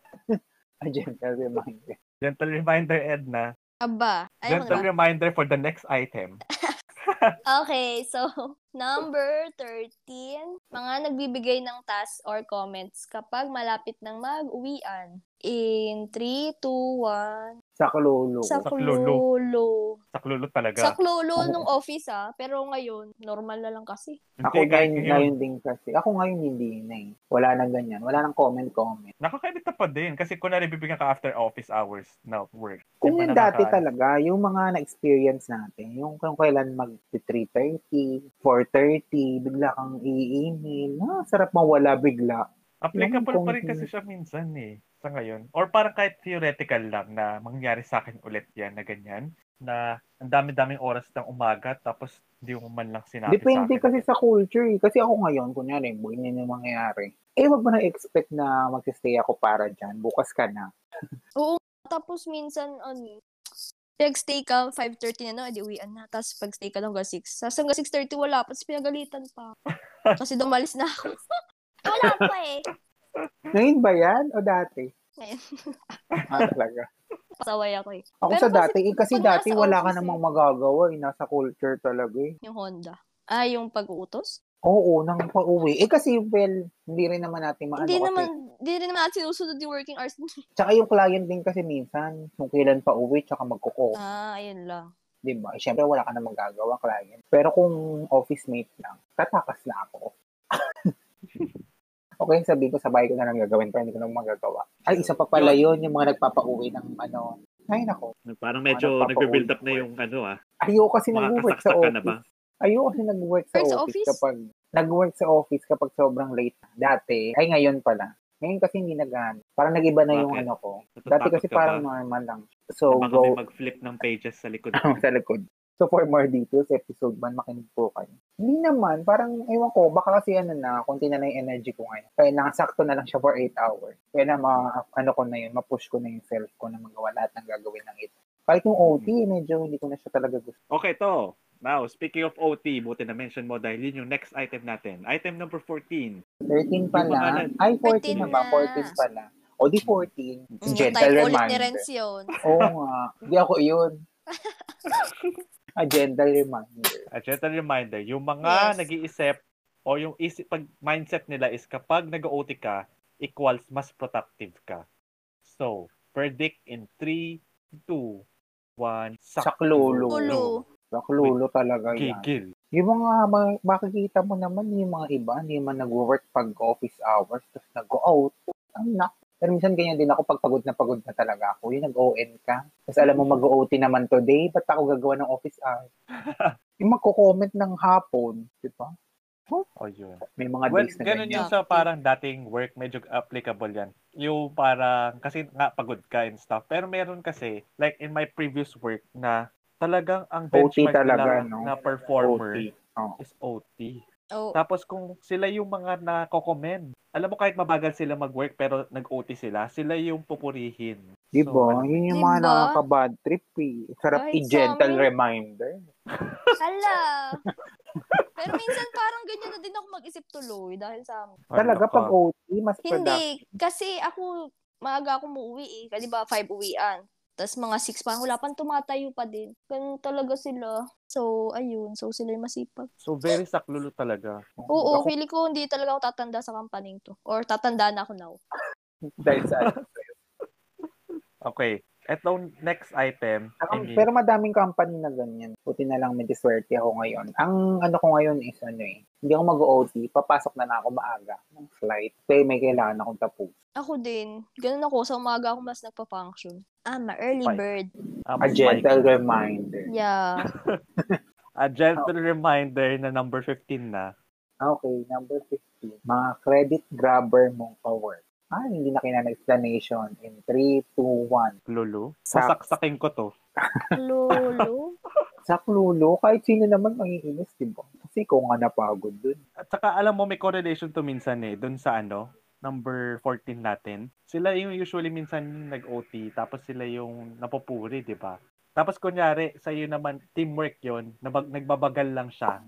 A gentle reminder.
Gentle reminder, Edna.
Aba. Ayaw ko na
Gentle
ba?
reminder for the next item.
Okay, so (laughs) number 13. Mga nagbibigay ng tasks or comments kapag malapit ng mag-uwian. In 3, 2, 1.
Sa kalolo.
Sa
Saklolo.
klolo.
Saklolo talaga.
Sa klolo
Oo.
nung office ah. Pero ngayon, normal na lang kasi.
ako
Hindi, kahit
ngayon,
ngayon,
ngayon din kasi. Ako ngayon hindi na eh. Wala nang ganyan. Wala nang comment-comment.
Nakakairita pa din. Kasi kunwari, bibigyan ka after office hours na work.
Kung
Hindi
yung
pa
dati
nakaka-
talaga, yung mga na-experience natin, yung kung kailan mag 3.30, 4.30, bigla kang i-email, ah, sarap mawala bigla.
Applicable
Yung
pa rin
kung-
kasi siya minsan eh, sa ngayon. Or parang kahit theoretical lang na mangyari sa akin ulit yan na ganyan, na ang dami-daming oras ng umaga tapos hindi mo man lang sinabi
Depende
sa akin.
kasi sa culture. eh. Kasi ako ngayon, kunyari, buhay na yung mangyayari. Eh, wag mo na expect na mag-stay ako para dyan. Bukas ka na.
Oo. Tapos minsan, ano, pag-stay ka, 5.30 na, no, edi uwian na. Tapos pag-stay ka lang hanggang 6. Tapos hanggang 6.30 wala pa. Tapos pinagalitan pa.
(laughs)
Kasi dumalis na ako. (laughs) wala pa eh.
Ngayon ba yan? O dati?
Ngayon.
ah, talaga.
Pasaway ako eh.
Ako
Pero
sa
kasi
dati, eh, kasi
pag
dati
nasa
wala ka
office,
namang magagawa. Eh. Nasa culture talaga eh.
Yung Honda. Ah, yung pag-uutos?
Oo, nang pauwi. Eh kasi, well, hindi rin naman natin maano.
hindi
kasi-
naman, hindi rin naman natin sinusunod yung working hours.
Tsaka yung client din kasi minsan, kung kailan pa uwi, tsaka
(laughs)
magkuko.
ah, ayun lang.
Di ba? Siyempre, wala ka na magagawa, client. Pero kung office mate lang, tatakas na ako. (laughs) okay, sabihin ko, sabay ko na lang gagawin, pero hindi ko na magagawa. Ay, isa pa pala yun, yung mga nagpapauwi ng ano. Ay, nako.
Parang
medyo Ano, nagbe-build up na yung
ano ah.
Ayoko kasi nag-work sa office. Ayoko kasi nag-work
Work
sa office,
sa office?
kapag nag-work sa office kapag sobrang late. Dati, ay ngayon pala. Ngayon kasi hindi na ganun. Parang nag-iba na yung
Bakit?
ano ko. Dati kasi parang normal lang. So,
baka
go, (laughs) Oh,
may mag-flip ng pages sa likod.
sa likod. So for more details, episode 1, makinig po kayo. Hindi naman, parang ewan ko, baka kasi ano na, konti na lang yung energy ko ngayon. Kaya nakasakto na lang siya for 8 hours. Kaya na ma, ano ko na yun, ma-push ko na yung self ko na magawa lahat ng gagawin ng 8. Kahit yung OT, medyo hindi ko na siya talaga gusto.
okay, to. Now, speaking of OT, buti na mention mo dahil yun yung next item natin. Item number 14.
13
Yung mga
pala. Ay, 14 na ba?
14
14 pala. O di 14.
Mm, type
Gentle
ulit ni
reminder.
Renz yun.
Oo nga. Hindi ako yun. A gentle reminder.
A gentle reminder, yung mga
Yes.
nag-iisip o yung isip, pag mindset nila is kapag nag-OT ka, equals mas productive ka. So, predict in 3, 2, 1,
Saklolo.
Ulo.
Baklulo talaga yan.
Gigil.
Yung mga ma- makikita mo naman, yung mga iba, hindi man nag-work pag office hours, tapos nag-out, ang nak. Pero minsan ganyan din ako, pag pagod na pagod na talaga ako. Yung nag-ON ka, tapos alam mo mag-OT naman today, ba't ako gagawa ng office hours?
(laughs)
yung magko-comment ng hapon, di ba?
O yun.
May mga
Well,
days na ganyan.
ganun yun sa parang dating work, medyo applicable yan. Yung parang, kasi nga pagod ka and stuff. Pero meron kasi, like in my previous work na talagang ang
OT
benchmark
talaga,
nila
no?
na performer
OT.
is OT.
(laughs)
Oo.
Tapos kung sila yung mga nako-commend, alam mo kahit mabagal sila mag-work pero nag-OT sila, sila yung pupurihin.
Di
So, ano-
ba? Yun yung
Diba?
mga nakaka-bad trip eh. Sarap
Kahit
i-gentle
sa amin.
reminder.
Hala. Pero minsan parang ganyan na din ako mag-isip tuloy dahil sa
Talaga
Ano ka?
pag OT, mas productive.
Hindi. Kasi ako, maaga ako umuwi eh. Kasi ba, five uwian. Tapos mga six pa, wala pang tumatayo pa din. Ganun talaga sila. So, ayun. So, sila yung masipag.
So very saklulo talaga.
Oo,
Ako,
feeling ko hindi talaga ako tatanda sa kampaning to. Or tatanda na ako now.
dahil
(laughs)
sa,
Okay. Ito next item. I mean,
pero madaming company na ganyan. Buti na lang may diswerte ako ngayon. Ang ano ko ngayon is ano eh. Hindi ako mag-OT. Papasok na na ako maaga ng flight. Kaya may kailangan akong tapos.
Ako din. Ganun ako. Sa umaga ako mas nagpa-function. I'm a early
Fine.
bird.
ah,
A
mas
gentle
mic.
reminder.
(laughs)
Yeah.
A gentle reminder na number 15 na.
Okay, number 15. Mga credit grabber mong kawork. Ah, hindi na kailangan ng explanation. In 3, 2, 1.
Lulu.
Sak-
Sasaksakin ko to.
Lolo.
Sa klulo, kahit sino naman mangiinis, di ba? Kasi ikaw nga napagod dun.
At saka alam mo, may correlation to minsan eh, dun sa ano, number 14 natin. Sila yung usually minsan yung nag-OT, tapos sila yung napupuri, di ba? Tapos kunyari, sa'yo naman, teamwork yon nabag, nagbabagal lang siya.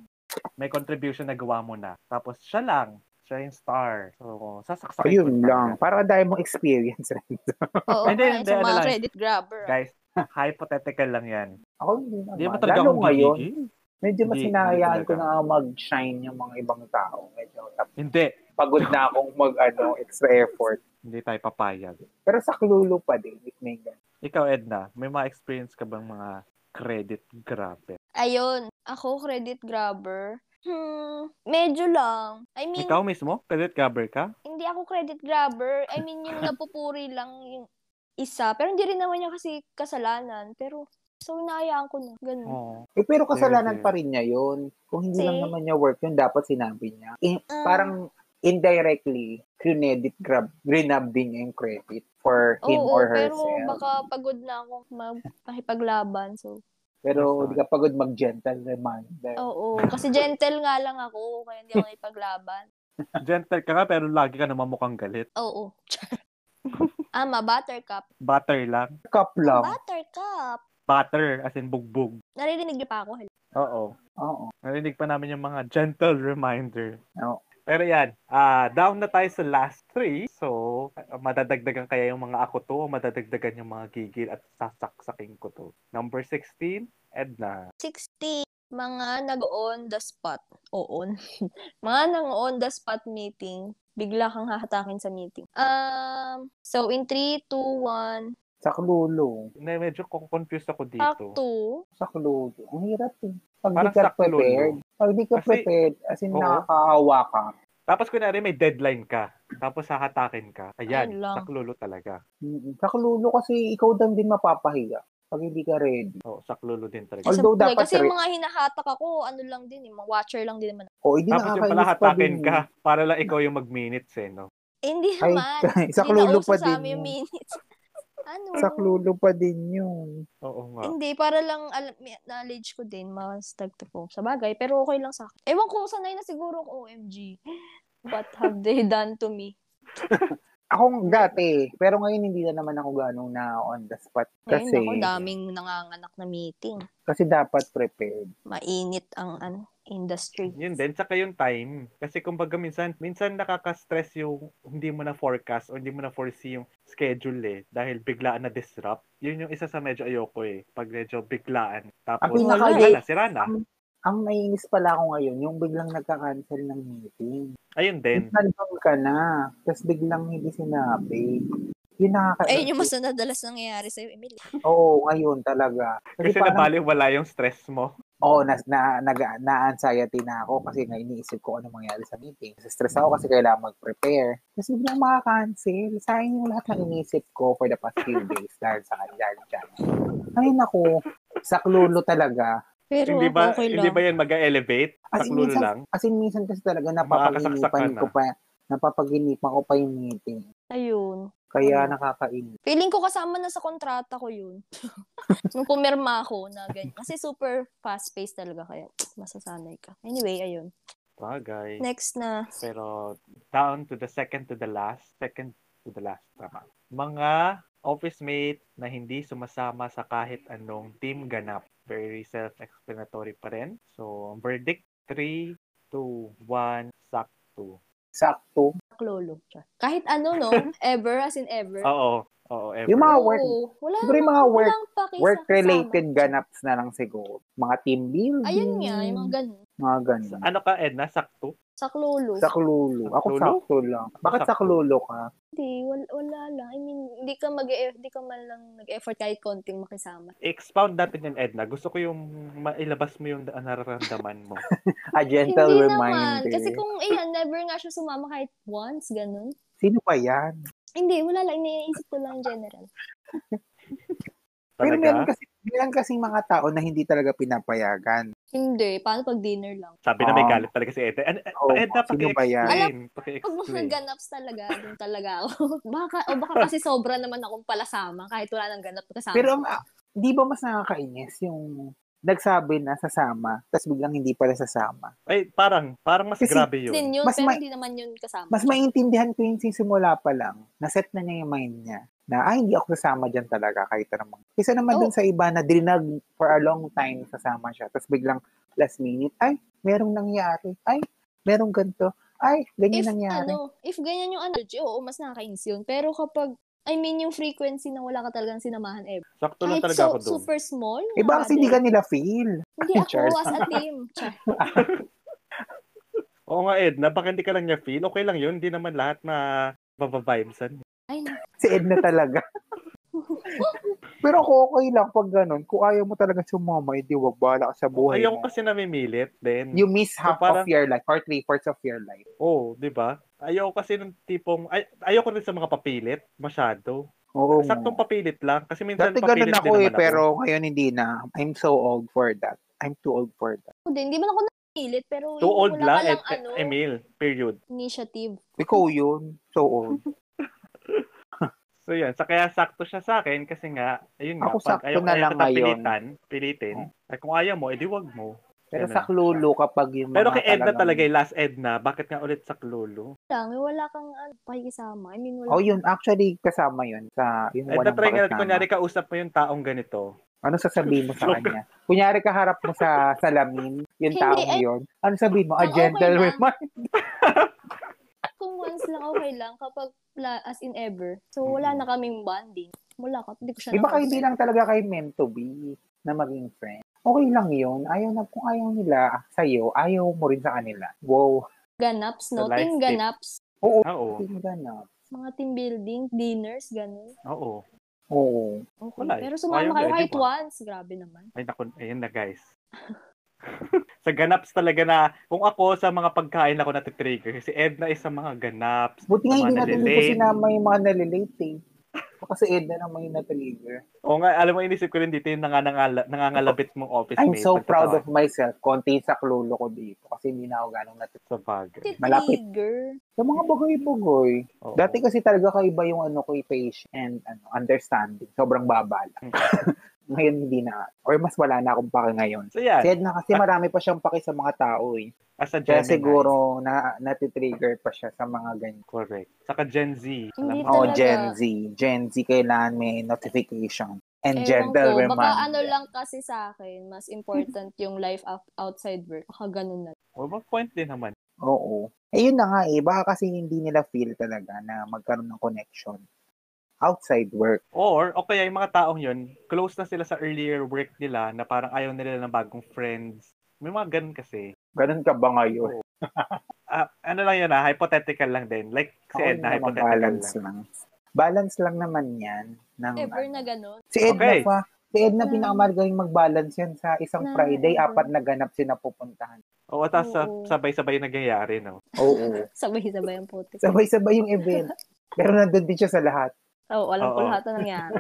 May contribution na gawa mo na. Tapos siya lang, siya yung star. So, sasaksakin ko
Ayun
talaga.
lang. Para dahil mong experience rin.
Oo,
Hindi,
kaya
hindi,
sa
ano
mga
lang.
credit grabber. ah.
Guys, (laughs) hypothetical lang yan.
(laughs) Ako hindi
Hindi mo
naman.
talaga
Lalo
akong
ngayon,
gigigil?
medyo mas
Hindi,
hinahayaan
hindi
ko
talaga.
na mag-shine yung mga ibang tao. Medyo tap-
Hindi.
pagod na akong mag ano, extra effort.
Hindi tayo papayag.
Pero sa klulo pa din, if may ganun.
Ikaw, Edna, may ma-experience ka bang mga credit grabe?
Ayun. Ako, credit grabber. Hmm, medyo lang. I mean,
Ikaw mismo? Credit grabber ka?
hindi ako credit grabber. I mean,
(laughs)
yung napupuri lang yung isa. Pero hindi rin naman niya kasi kasalanan. Pero, so, inayaan ko na. Ganun.
Oo.
Eh, pero kasalanan
Hindi.
pa rin niya yun. Kung hindi
Kasi-
lang naman niya work yun, dapat sinabi niya. Eh,
Ah.
parang indirectly, credit grab, grinab din niya yung credit for him
Oo,
or
pero
herself.
baka pagod na ako mag- makipaglaban. So,
Pero di ka pagod mag-gentle reminder.
oo. Kasi gentle nga lang ako. Kaya hindi ako nakipaglaban.
Gentle ka nga, pero lagi ka naman mukhang galit.
Oo. (laughs) Ama, buttercup.
Butter lang.
Cup lang.
Buttercup.
Butter, as in bugbog.
Naririnig niyo pa ako. Hello.
Oo.
Oo.
Narinig pa namin yung mga gentle reminder.
Oo.
Pero yan, ah, down na tayo sa last three. So, ah, madadagdagan kaya yung mga ako to, o madadagdagan yung mga gigil at sasaksakin ko to. Number 16, Edna.
16. Mga nag-on the spot. Oo. (laughs) mga nag-on the spot meeting. Bigla kang hahatakin sa meeting. Um, so, in 3, 2, 1,
Sa klulo.
Na, medyo ko- confused ako
pack
dito.
2.
Sa klulo. Ang hirap eh. Pag di
Parang
ka
sa klulo.
prepared, pag di ka
Kasi-
prepared, as in
Oo.
nakakaawa ka.
Tapos kunwari may deadline ka. Tapos hahatakin ka.
Ayun
Ayan,
lang.
saklulo talaga.
Mm-mm. Sa klulo kasi ikaw lang din mapapahiya pag hindi ka ready.
Oo, saklulo din talaga.
Although
Sa-
dapat
kasi yung
re-
mga hinahatak ako, ano lang din, yung mga watcher lang din naman.
O, hindi
Tapos yung pala
nakakainis pa din. eh.
hatakin ka, para lang ikaw yung mag-minutes eh, no?
Eh, hindi
(laughs) Ay,
naman. Hindi
sa klulo
nauso
pa
sa
din.
amin yung
yun. (laughs)
minutes. ano?
Sa klulo pa din yun.
Oo nga.
Hindi, para lang alam, may knowledge ko din, mas tagtapo sa bagay. Pero okay lang sa akin. Ewan ko, sanay na siguro ako, OMG. What have they done to me?
Ako dati, pero ngayon hindi na naman ako ganong na on the spot.
Ngayon
Kasi,
ako, daming nanganganak na meeting.
kasi dapat prepared.
Mainit ang ano, industry.
Yun din, tsaka yung time. Kasi kumbaga minsan, minsan nakaka-stress yung hindi mo na forecast o hindi mo na foresee yung schedule eh. Dahil biglaan na disrupt. Yun yung isa sa medyo ayoko eh. Pag medyo biglaan. Tapos,
Ang pinaka-
wala na, sira na.
um, Ang naiinis pala ako ngayon, yung biglang nagka-cancel ng meeting.
Ayun din.
Nandun ka na, tapos biglang hindi sinabi. Yun nakaka-
Ayun yung mas nadalas nangyayari sa'yo, Emily.
Oo, ngayon talaga. Kasi,
Kasi
parang,
nabali wala yung stress mo.
oo, na, na, na, na-anxiety na ako kasi nga iniisip ko ano mangyari sa meeting. Kasi stress ako kasi kailangan mag-prepare. Tapos biglang makakancel. Sayang yung lahat ng iniisip ko for the past few days (laughs) dahil sa kanya dyan. Ay, naku. Saklulo talaga.
Pero
hindi ba,
okay
hindi
lang.
ba yan mag-elevate?
As in,
Saklulo
minsan,
lang.
as in, minsan kasi talaga napapaginipan
Makakasaksakan
ko pa, napapaginipan ko pa yung meeting.
Ayun.
Kaya
Ano?
nakakainis.
Feeling ko kasama na sa kontrata ko yun. (laughs) Nung pumirma ako na ganyan. Kasi super fast-paced talaga kaya masasanay ka. Anyway, ayun.
Bagay.
Next na.
Pero down to the second to the last, second to the last, tama. Mga office mate na hindi sumasama sa kahit anong team ganap. Very self-explanatory pa rin. So, ang verdict, 3, 2, 1, sakto.
Sakto.
Klolo. Kahit ano,
(laughs)
no? ever, as in ever.
Oo, oo, ever.
Yung mga
Oo,
work,
wala
siguro yung
namang-
mga work-
walang paki sa
work-related
kasama.
ganaps na Mm. lang siguro. Mga team building.
Ayun nga, yung mga ganun.
mga ganun.
Sa- ano ka, Edna? Sakto?
Sa klolo.
Sa klulo. Ako
Klulo?
sakto lang. Bakit sa
Sakto.
klulo ka?
Hindi, wala, wala lang. I mean, hindi ka mag hindi ka man lang nag-effort kahit konting makisama.
Expound natin yun, Edna. Gusto ko yung mailabas mo yung nararamdaman
(laughs)
mo.
A gentle
hindi
reminder.
naman. Kasi kung, ayan, never nga siya sumama kahit once, ganun.
Sino ba yan?
Hindi, wala lang. Iniisip ko lang general.
Pero meron
Talaga?
kasi, meron kasi mga tao na hindi talaga pinapayagan.
Hindi, paano pag dinner lang?
Sabi na may
Ah.
galit talaga si Edna. Ano,
Oo,
Edna,
Oh, sino ba yan?
paki-explain.
Pag mga
Paki-explain.
ganaps talaga, doon talaga ako. (laughs) baka, o baka kasi sobra naman akong palasama kahit wala nang ganap kasama.
Pero ang, ah, di ba mas nakakainis yung nagsabi na sasama, tapos biglang hindi pala sasama.
Ay, parang, parang mas
Kasi
grabe yun.
din yun,
mas
pero
may-
hindi naman yun kasama.
Mas maintindihan ko yung sisimula pa lang, naset na niya yung mind niya na, ay, hindi ako sasama dyan talaga kahit anong mga. Isa naman
Oo.
dun sa iba na dinag for a long time sasama siya, tapos biglang last minute, ay, merong nangyari, ay, merong ganito, ay, ganyan
if,
nangyari.
ano, if ganyan yung energy, oo, mas nakakainis yun. Pero kapag, I mean, yung frequency na wala ka talagang sinamahan ever.
Sakto lang
Kahit
talaga
so,
ako doon.
super small.
Iba Eh, kasi hindi
grabe.
ka nila feel.
Hindi ako,
Char.
as a
(laughs)
team. Char.
Oo nga, Edna, baka hindi ka lang niya feel. Okay lang yun. Hindi naman lahat na babavibesan.
Ay, no.
Si Edna talaga.
(laughs)
Pero kung okay lang pag ganun, kung ayaw mo talaga sumama, edi wag bala ka sa
Oh,
buhay
Ayoko
mo.
kasi namimilit. Then,
You miss half
parang-
of your life or three-fourths of your life.
oh, di ba? Ayoko kasi ng tipong, ay, ayoko rin sa mga papilit masyado.
Oo.
Saktong
Saktong
papilit lang. Kasi minsan
Dati
papilit
ganun
din
ako
naman
eh, pero ngayon hindi na. I'm so old for that. I'm too old for that.
Ako din, hindi man ako napilit, pero
Too
yung
old
wala
lang, eh,
ka
Ed,
lang, ano,
Emil, period.
initiative.
Ikaw yun. So
(laughs)
old.
So yan, sa kaya sakto siya sa akin kasi nga, ayun nga,
Ako sakto
ayaw- ayaw
na lang
kitang
ngayon.
Pilitan, pilitin. Ay, kung ayaw mo, edi wag mo.
Pero
Ganun.
sa klulo kapag yung mga
Pero kay Edna
talagang-
talaga, yung last Edna, bakit nga ulit sa Klolo?
Lang, yung wala kang, ano, pakikisama. I mean, wala
Oh, yun. Actually, kasama yun. Sa, yung
eh. Edna,
walang
try nga natin,
pakasama.
kunyari kausap mo yung taong ganito.
Ano sasabihin mo sa
Joke.
kanya? Kunyari kaharap mo
(laughs)
sa salamin, yung
Hindi,
taong
eh.
yun. Ano sabihin mo? A
Ang okay
gentle
lang.
reminder.
kung once lang, okay lang. Kapag pla- as in ever. So, wala
Mhm.
na kaming bonding. Wala ka. Hindi ko siya
(laughs) Iba kayo Eh, hindi
napansin.
lang talaga kayo meant to be na maging friend. Okay lang yun. Ayaw na kung ayaw nila sa'yo, ayaw mo rin sa kanila. Wow.
Ganaps, no?
Sa life
Team
tip.
ganaps.
Oo.
Oo,
Tingnan na.
Mga team building, dinners, ganun.
oo.
Oo.
Okay.
Wala eh.
Pero
Ayaw
sumama
na,
kayo
eh, di
kahit
ba?
once. Grabe naman.
Ay, naku, ayun na guys. (laughs) sa ganaps talaga na, kung ako sa mga pagkain ako natitrigger, si Edna is sa mga ganaps.
Buti nga
Mga
hindi natin dito
nalilate.
sinama yung mga nalilate eh. Baka si Edna lang may natrigger.
O nga, alam mo, inisip ko rin dito yung nanganangala, nangangalabit mong office
I'm
mate.
so proud
Pagkatawa
of myself. Konti sa klolo ko dito kasi hindi na ako ganong natrigger.
Sa bagay.
Malapit.
Trigger.
Yung mga bagoy-bagoy.
Oo.
Dati kasi talaga kaiba yung ano ko, yung patient and ano, understanding. Sobrang babala. (laughs) ngayon hindi na. Or mas wala na akong pake ngayon.
So yan,
Si Ed na kasi
Ah.
marami pa siyang pake sa mga tao eh.
as a Gemini.
Kaya siguro na natitrigger pa siya sa mga ganyan.
Correct. Saka Gen Z. Alam
Hindi
mo,
Oh,
Talaga.
Gen Z. Gen Z kailangan may notification. And
Ewan
gentle
ko. Baka
reminder.
ano lang kasi sa akin, mas important yung life out- outside work. Baka ganun na.
O, ba point din naman.
Oo. Eh yun na nga eh. Baka kasi hindi nila feel talaga na magkaroon ng connection outside work.
Or, o kaya yung mga taong yun, close na sila sa earlier work nila na parang ayaw nila ng bagong friends. May mga ganun kasi.
Ganun ka ba ngayon?
Ah, ano lang yun ah, hypothetical lang din. Like si
Ako
Edna,
naman,
hypothetical
balance
lang.
lang. Balance lang naman yan. Ng, ano.
Ever na ganun.
Si Edna
Okay.
pa. Si Edna
Na-
pinakamagaling mag-balance yan sa isang
Na-
Friday, apat na ganap siya napupuntahan.
Oo, tapos sa-
Oo.
sabay-sabay nangyayari, no?
Oo.
Sabay-sabay ang puti.
(laughs) Sabay-sabay yung event. Pero nandun din siya sa lahat.
Oo, alam ko
Oo.
lahat na nangyari.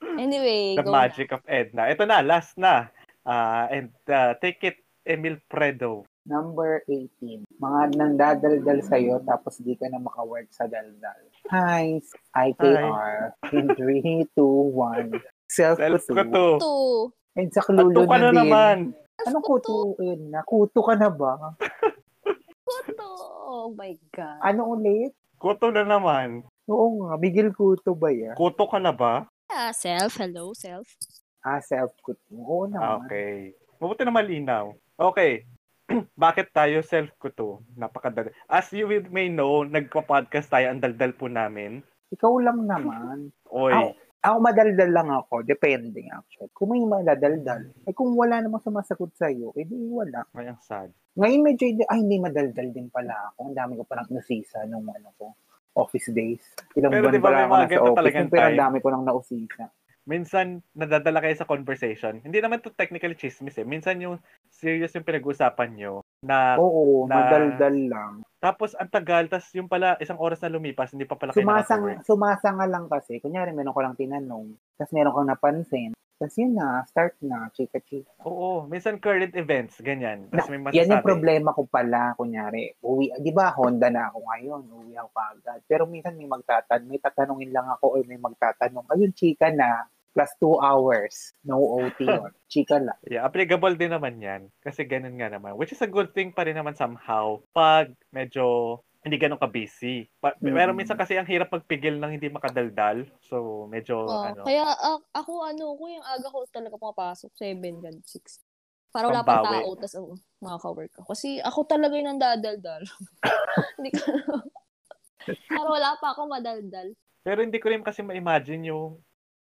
Anyway,
The
go na.
magic of Edna. Ito na, last na. Ah, and ah, take it, Emil Predo.
Number 18. Mga nang dadaldal sa'yo tapos di ka na makawork sa daldal. Hi, IKR. In 3, 2, 1. Self
Self ko
kutu.
to.
Two.
And sa
Tattoo
klulo
ka na
na din.
naman.
Anong kutuin na? Kuto ka na ba?
Oh my God.
Ano ulit?
Kuto na naman.
Oo nga, Miguel Kuto ba yan?
Kuto ka na ba?
Ah, self. Hello, self.
Ah, self-kuto. Oo naman.
Okay. Mabuti na malinaw. Okay. (clears throat) Bakit tayo self-kuto? Napakadali. As you will- may know, nagpa-podcast tayo. Ang daldal po namin.
Ikaw lang naman.
Oy.
Ow. Ako madaldal lang ako, depending actually. Kung may madaldal, eh kung wala namang sumasagot sa'yo, eh di wala.
Ay, ang sad.
Ngayon medyo, hindi- ay hindi madaldal din pala ako. Ang dami ko parang nasisa nung ano ko, office days. Ilang
Pero
buwan
di ba
pala
may
ako
mga
nasa
ganito
office,
talagang
pero ang
time?
dami ko nang nausisa.
Minsan, nadadala kayo sa conversation. Hindi naman to technically chismis eh. Minsan yung serious yung pinag-uusapan nyo na
Oo,
na-
madaldal lang.
tapos ang tagal, tas yung pala isang oras na lumipas, hindi pa pala kayo
Sumasang,
nakawork.
sumasanga lang kasi. Kunyari, meron ko lang tinanong, tapos meron kang napansin. Tapos yun na, start na,
Ano
chika-chika.
Oo, minsan current events, ganyan. Tapos may masasabi.
Yan yung problema ko pala, kunyari. Uwi, di ba, Honda na ako ngayon, uwi ako kaagad. Pero minsan may magtatan, may tatanungin lang ako or may magtatanong, ayun, chika na, plus two hours. No
(laughs)
OT yun. chika lang.
Yeah, applicable din naman yan. Kasi ganun nga naman. Which is a good thing pa rin naman somehow pag medyo hindi ganun ka-busy. Pa-
Mm.
Pero minsan kasi ang hirap magpigil ng hindi makadaldal. So, medyo
Oh,
ano.
Kaya a- ako, ano, ko yung aga ko talaga pumapasok. 7, gan 6. Para wala pang
Pambawi.
tao, tas ang mga kawork ko. Kasi ako talaga yung nandadaldal. (laughs) Hindi ko
(laughs)
alam. Para wala pa ako madaldal.
Pero hindi ko rin kasi ma-imagine yung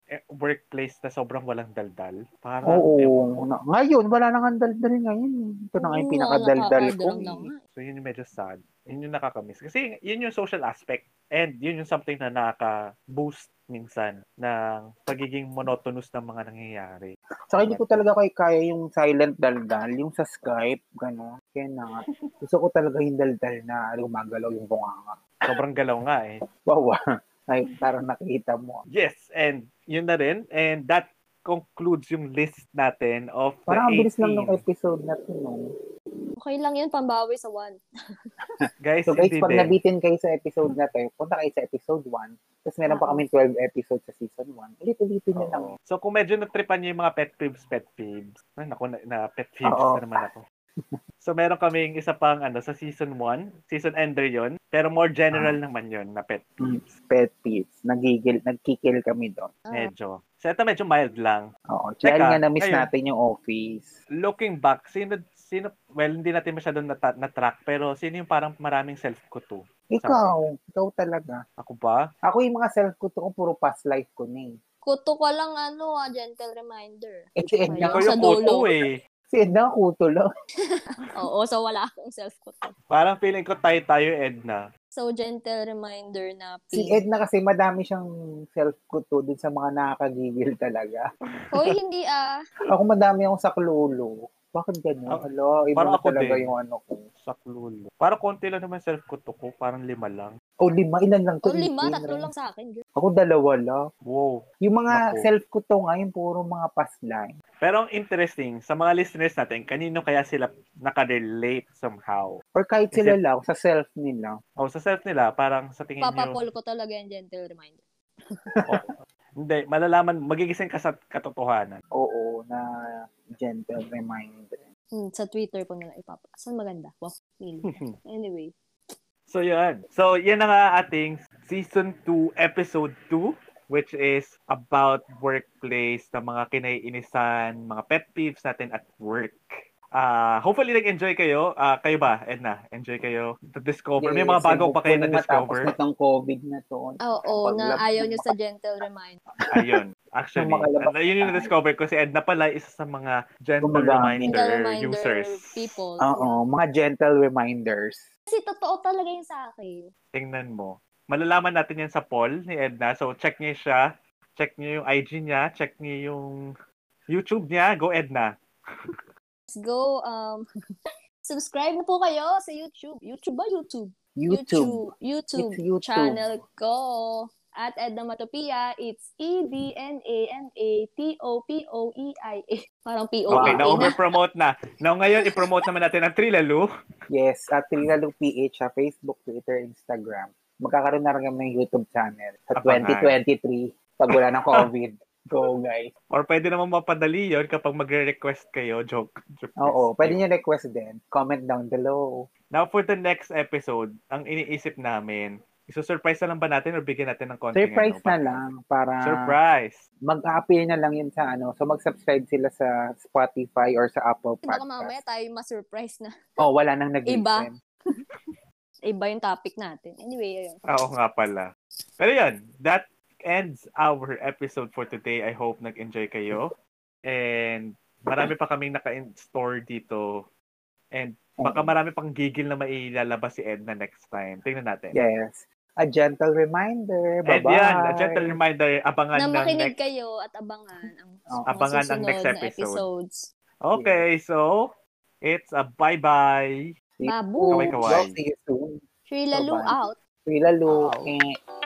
eh, workplace na sobrang walang daldal. Parang, ewan ko.
Oo. Na, ngayon, wala nang ang daldal ngayon. eh. Ito na nga yung
Oo,
pinakadaldal ko.
nakakadaldal na
eh.
nga.
So, yun yung medyo sad. Yun yung nakakamiss. Kasi yun yung social aspect. And yun yung something na nakaka-boost minsan ng pagiging monotonous ng mga nangyayari.
Sa hindi ko talaga kay kaya yung silent daldal, yung sa Skype, gano'n. Kaya na, nga. gusto ko talaga yung daldal na lumagalaw yung bunganga.
Sobrang galaw nga eh.
Wow, ah. ay parang nakita mo.
Yes, and yun na rin. And that concludes yung list natin of the
Parang ang bilis
18.
lang ng episode na to, no?
Okay lang yun, pambawi sa 1.
Guys,
So guys,
hindi
pag
din.
nabitin kayo sa episode na to, punta kayo sa episode 1, tapos meron pa kami 12 episodes sa season 1. Ulit-ulitin nyo lang.
Oo. So kung medyo natripan niyo yung mga pet peeves, pet peeves. Ay, naku, na, na pet peeves
Oo.
na naman ako. (laughs) So meron kaming isa pang ano sa season 1, season ender yon, pero more general naman yon na pet peeves.
Pet peeves. Nagigil, nagkikil kami doon.
Medyo. So ito medyo mild lang.
Oo.
Teka,
Dahil nga na-miss
ayun.
natin yung office.
Looking back, sino sino well hindi natin masyadong nata- na-track pero sino yung parang maraming self ko to?
Ikaw, ikaw talaga.
Ako ba?
Ako yung mga self ko to, puro past life ko na eh.
Kuto ko lang, ano, ah, gentle reminder.
Eh, si Edna,
Ikaw
Ayun, sa
yung ko to
dulo.
eh.
si Edna kuto lang.
Oo, so wala akong self-kuto.
Parang feeling ko tayo tayo, Edna.
So, gentle reminder na
Si
please.
Edna kasi madami siyang self kuto dun sa mga nakakagigil talaga.
Hoy, hindi ah.
(laughs) Ako madami akong saklolo. Bakit ganun?
Ah,
Alo, iba
parang
na
ako
talaga
din.
yung ano ko.
Sa clue. Parang konti lang naman self ko to ko. Parang lima lang.
O lima,
Oh,
ilan lang to?
O lima,
18,
tatlo
right?
lang sa akin. girl.
Ako dalawa lang.
Wow.
Yung
Ako.
mga self kuto nga, yung puro mga past line.
Pero ang interesting, sa mga listeners natin, kanino kaya sila nakarelate somehow?
Or kahit
Is
sila lang, sa self nila.
O sa self nila, parang sa tingin
Papa
nyo,
Paul ko talaga yung gentle reminder.
hindi, malalaman, magigising ka sa katotohanan. (laughs)
Oo, na gentle reminder.
Hmm, sa Twitter ko nila ipapa. Saan maganda? Wow, really. Anyway.
so, yan. So, yan na nga ating season 2, episode 2, which is about workplace na mga kinaiinisan, mga pet peeves natin at work. Ah, hopefully nag-enjoy kayo. Ah, kayo ba, Edna? Enjoy kayo to discover. May
Yes,
mga bago
and
pa kayo na
hopefully Matapos
discover.
na tong COVID na to.
Oo,
Pag-
na ayaw nyo sa gentle reminder.
(laughs)
Ayun. Actually,
Nung makalabas
ah, yun yung na-discover ko si Edna pala isa sa mga gentle
Gumagamit.
reminder,
Gentle reminder
users.
people.
Oo, mga gentle reminders.
Kasi totoo talaga yung sa akin.
Tingnan mo. Malalaman natin yan sa poll ni Edna. So, check niyo siya. Check niyo yung IG niya. Check niyo yung YouTube niya. Go, Edna.
Let's go. Um, (laughs) subscribe na po kayo sa YouTube. YouTube ba? YouTube?
YouTube.
YouTube.
It's YouTube.
channel ko. At Edna Matopia, it's E E-D-N-A-M-A-T-O-P-O-E-I-A. E (laughs) Parang E P-O-A.
Okay,
Wow.
na-overpromote
(laughs)
na. Now, ngayon, ipromote naman natin ang Trilalu.
Yes, at Trinalo PH sa ah, Facebook, Twitter, Instagram. Magkakaroon na rin kami ng YouTube channel sa
Abangan. (laughs)
2023 pag wala ng COVID. Go, guys.
Or pwede naman mapadali yun kapag magre-request kayo. Joke. Joke.
Oo, pwede nyo request din. Comment down below.
Now for the next episode, ang iniisip namin, isusurprise na lang ba natin or bigyan natin ng konti?
Surprise na lang para
Surprise!
mag-appear na lang yun sa ano. So, mag-subscribe sila sa Spotify or sa Apple
Baka mamaya
Podcast.
tayo masurprise na.
Oh, wala nang nag
Iba. Iba yung topic natin. Anyway, ayun.
Ah, Oo nga pala. Pero yun, that ends our episode for today. I hope nag-enjoy kayo. And marami pa kaming naka-store dito. And baka
Mm.
marami pang gigil na mailalabas si Edna next time. Tingnan natin.
Yes. A gentle reminder. Bye-bye.
And yan, a gentle reminder, abangan
Na
ng
makinig
next.
kayo at abangan ang
Oh,
mga
abangan ang
susunod
next
na
episode.
episodes.
Okay, so it's a bye-bye.
Babu.
Kaway-kaway.
See you soon.
Shila Lu
Bye-bye.
out.
Lalo.
Wow.
Eh.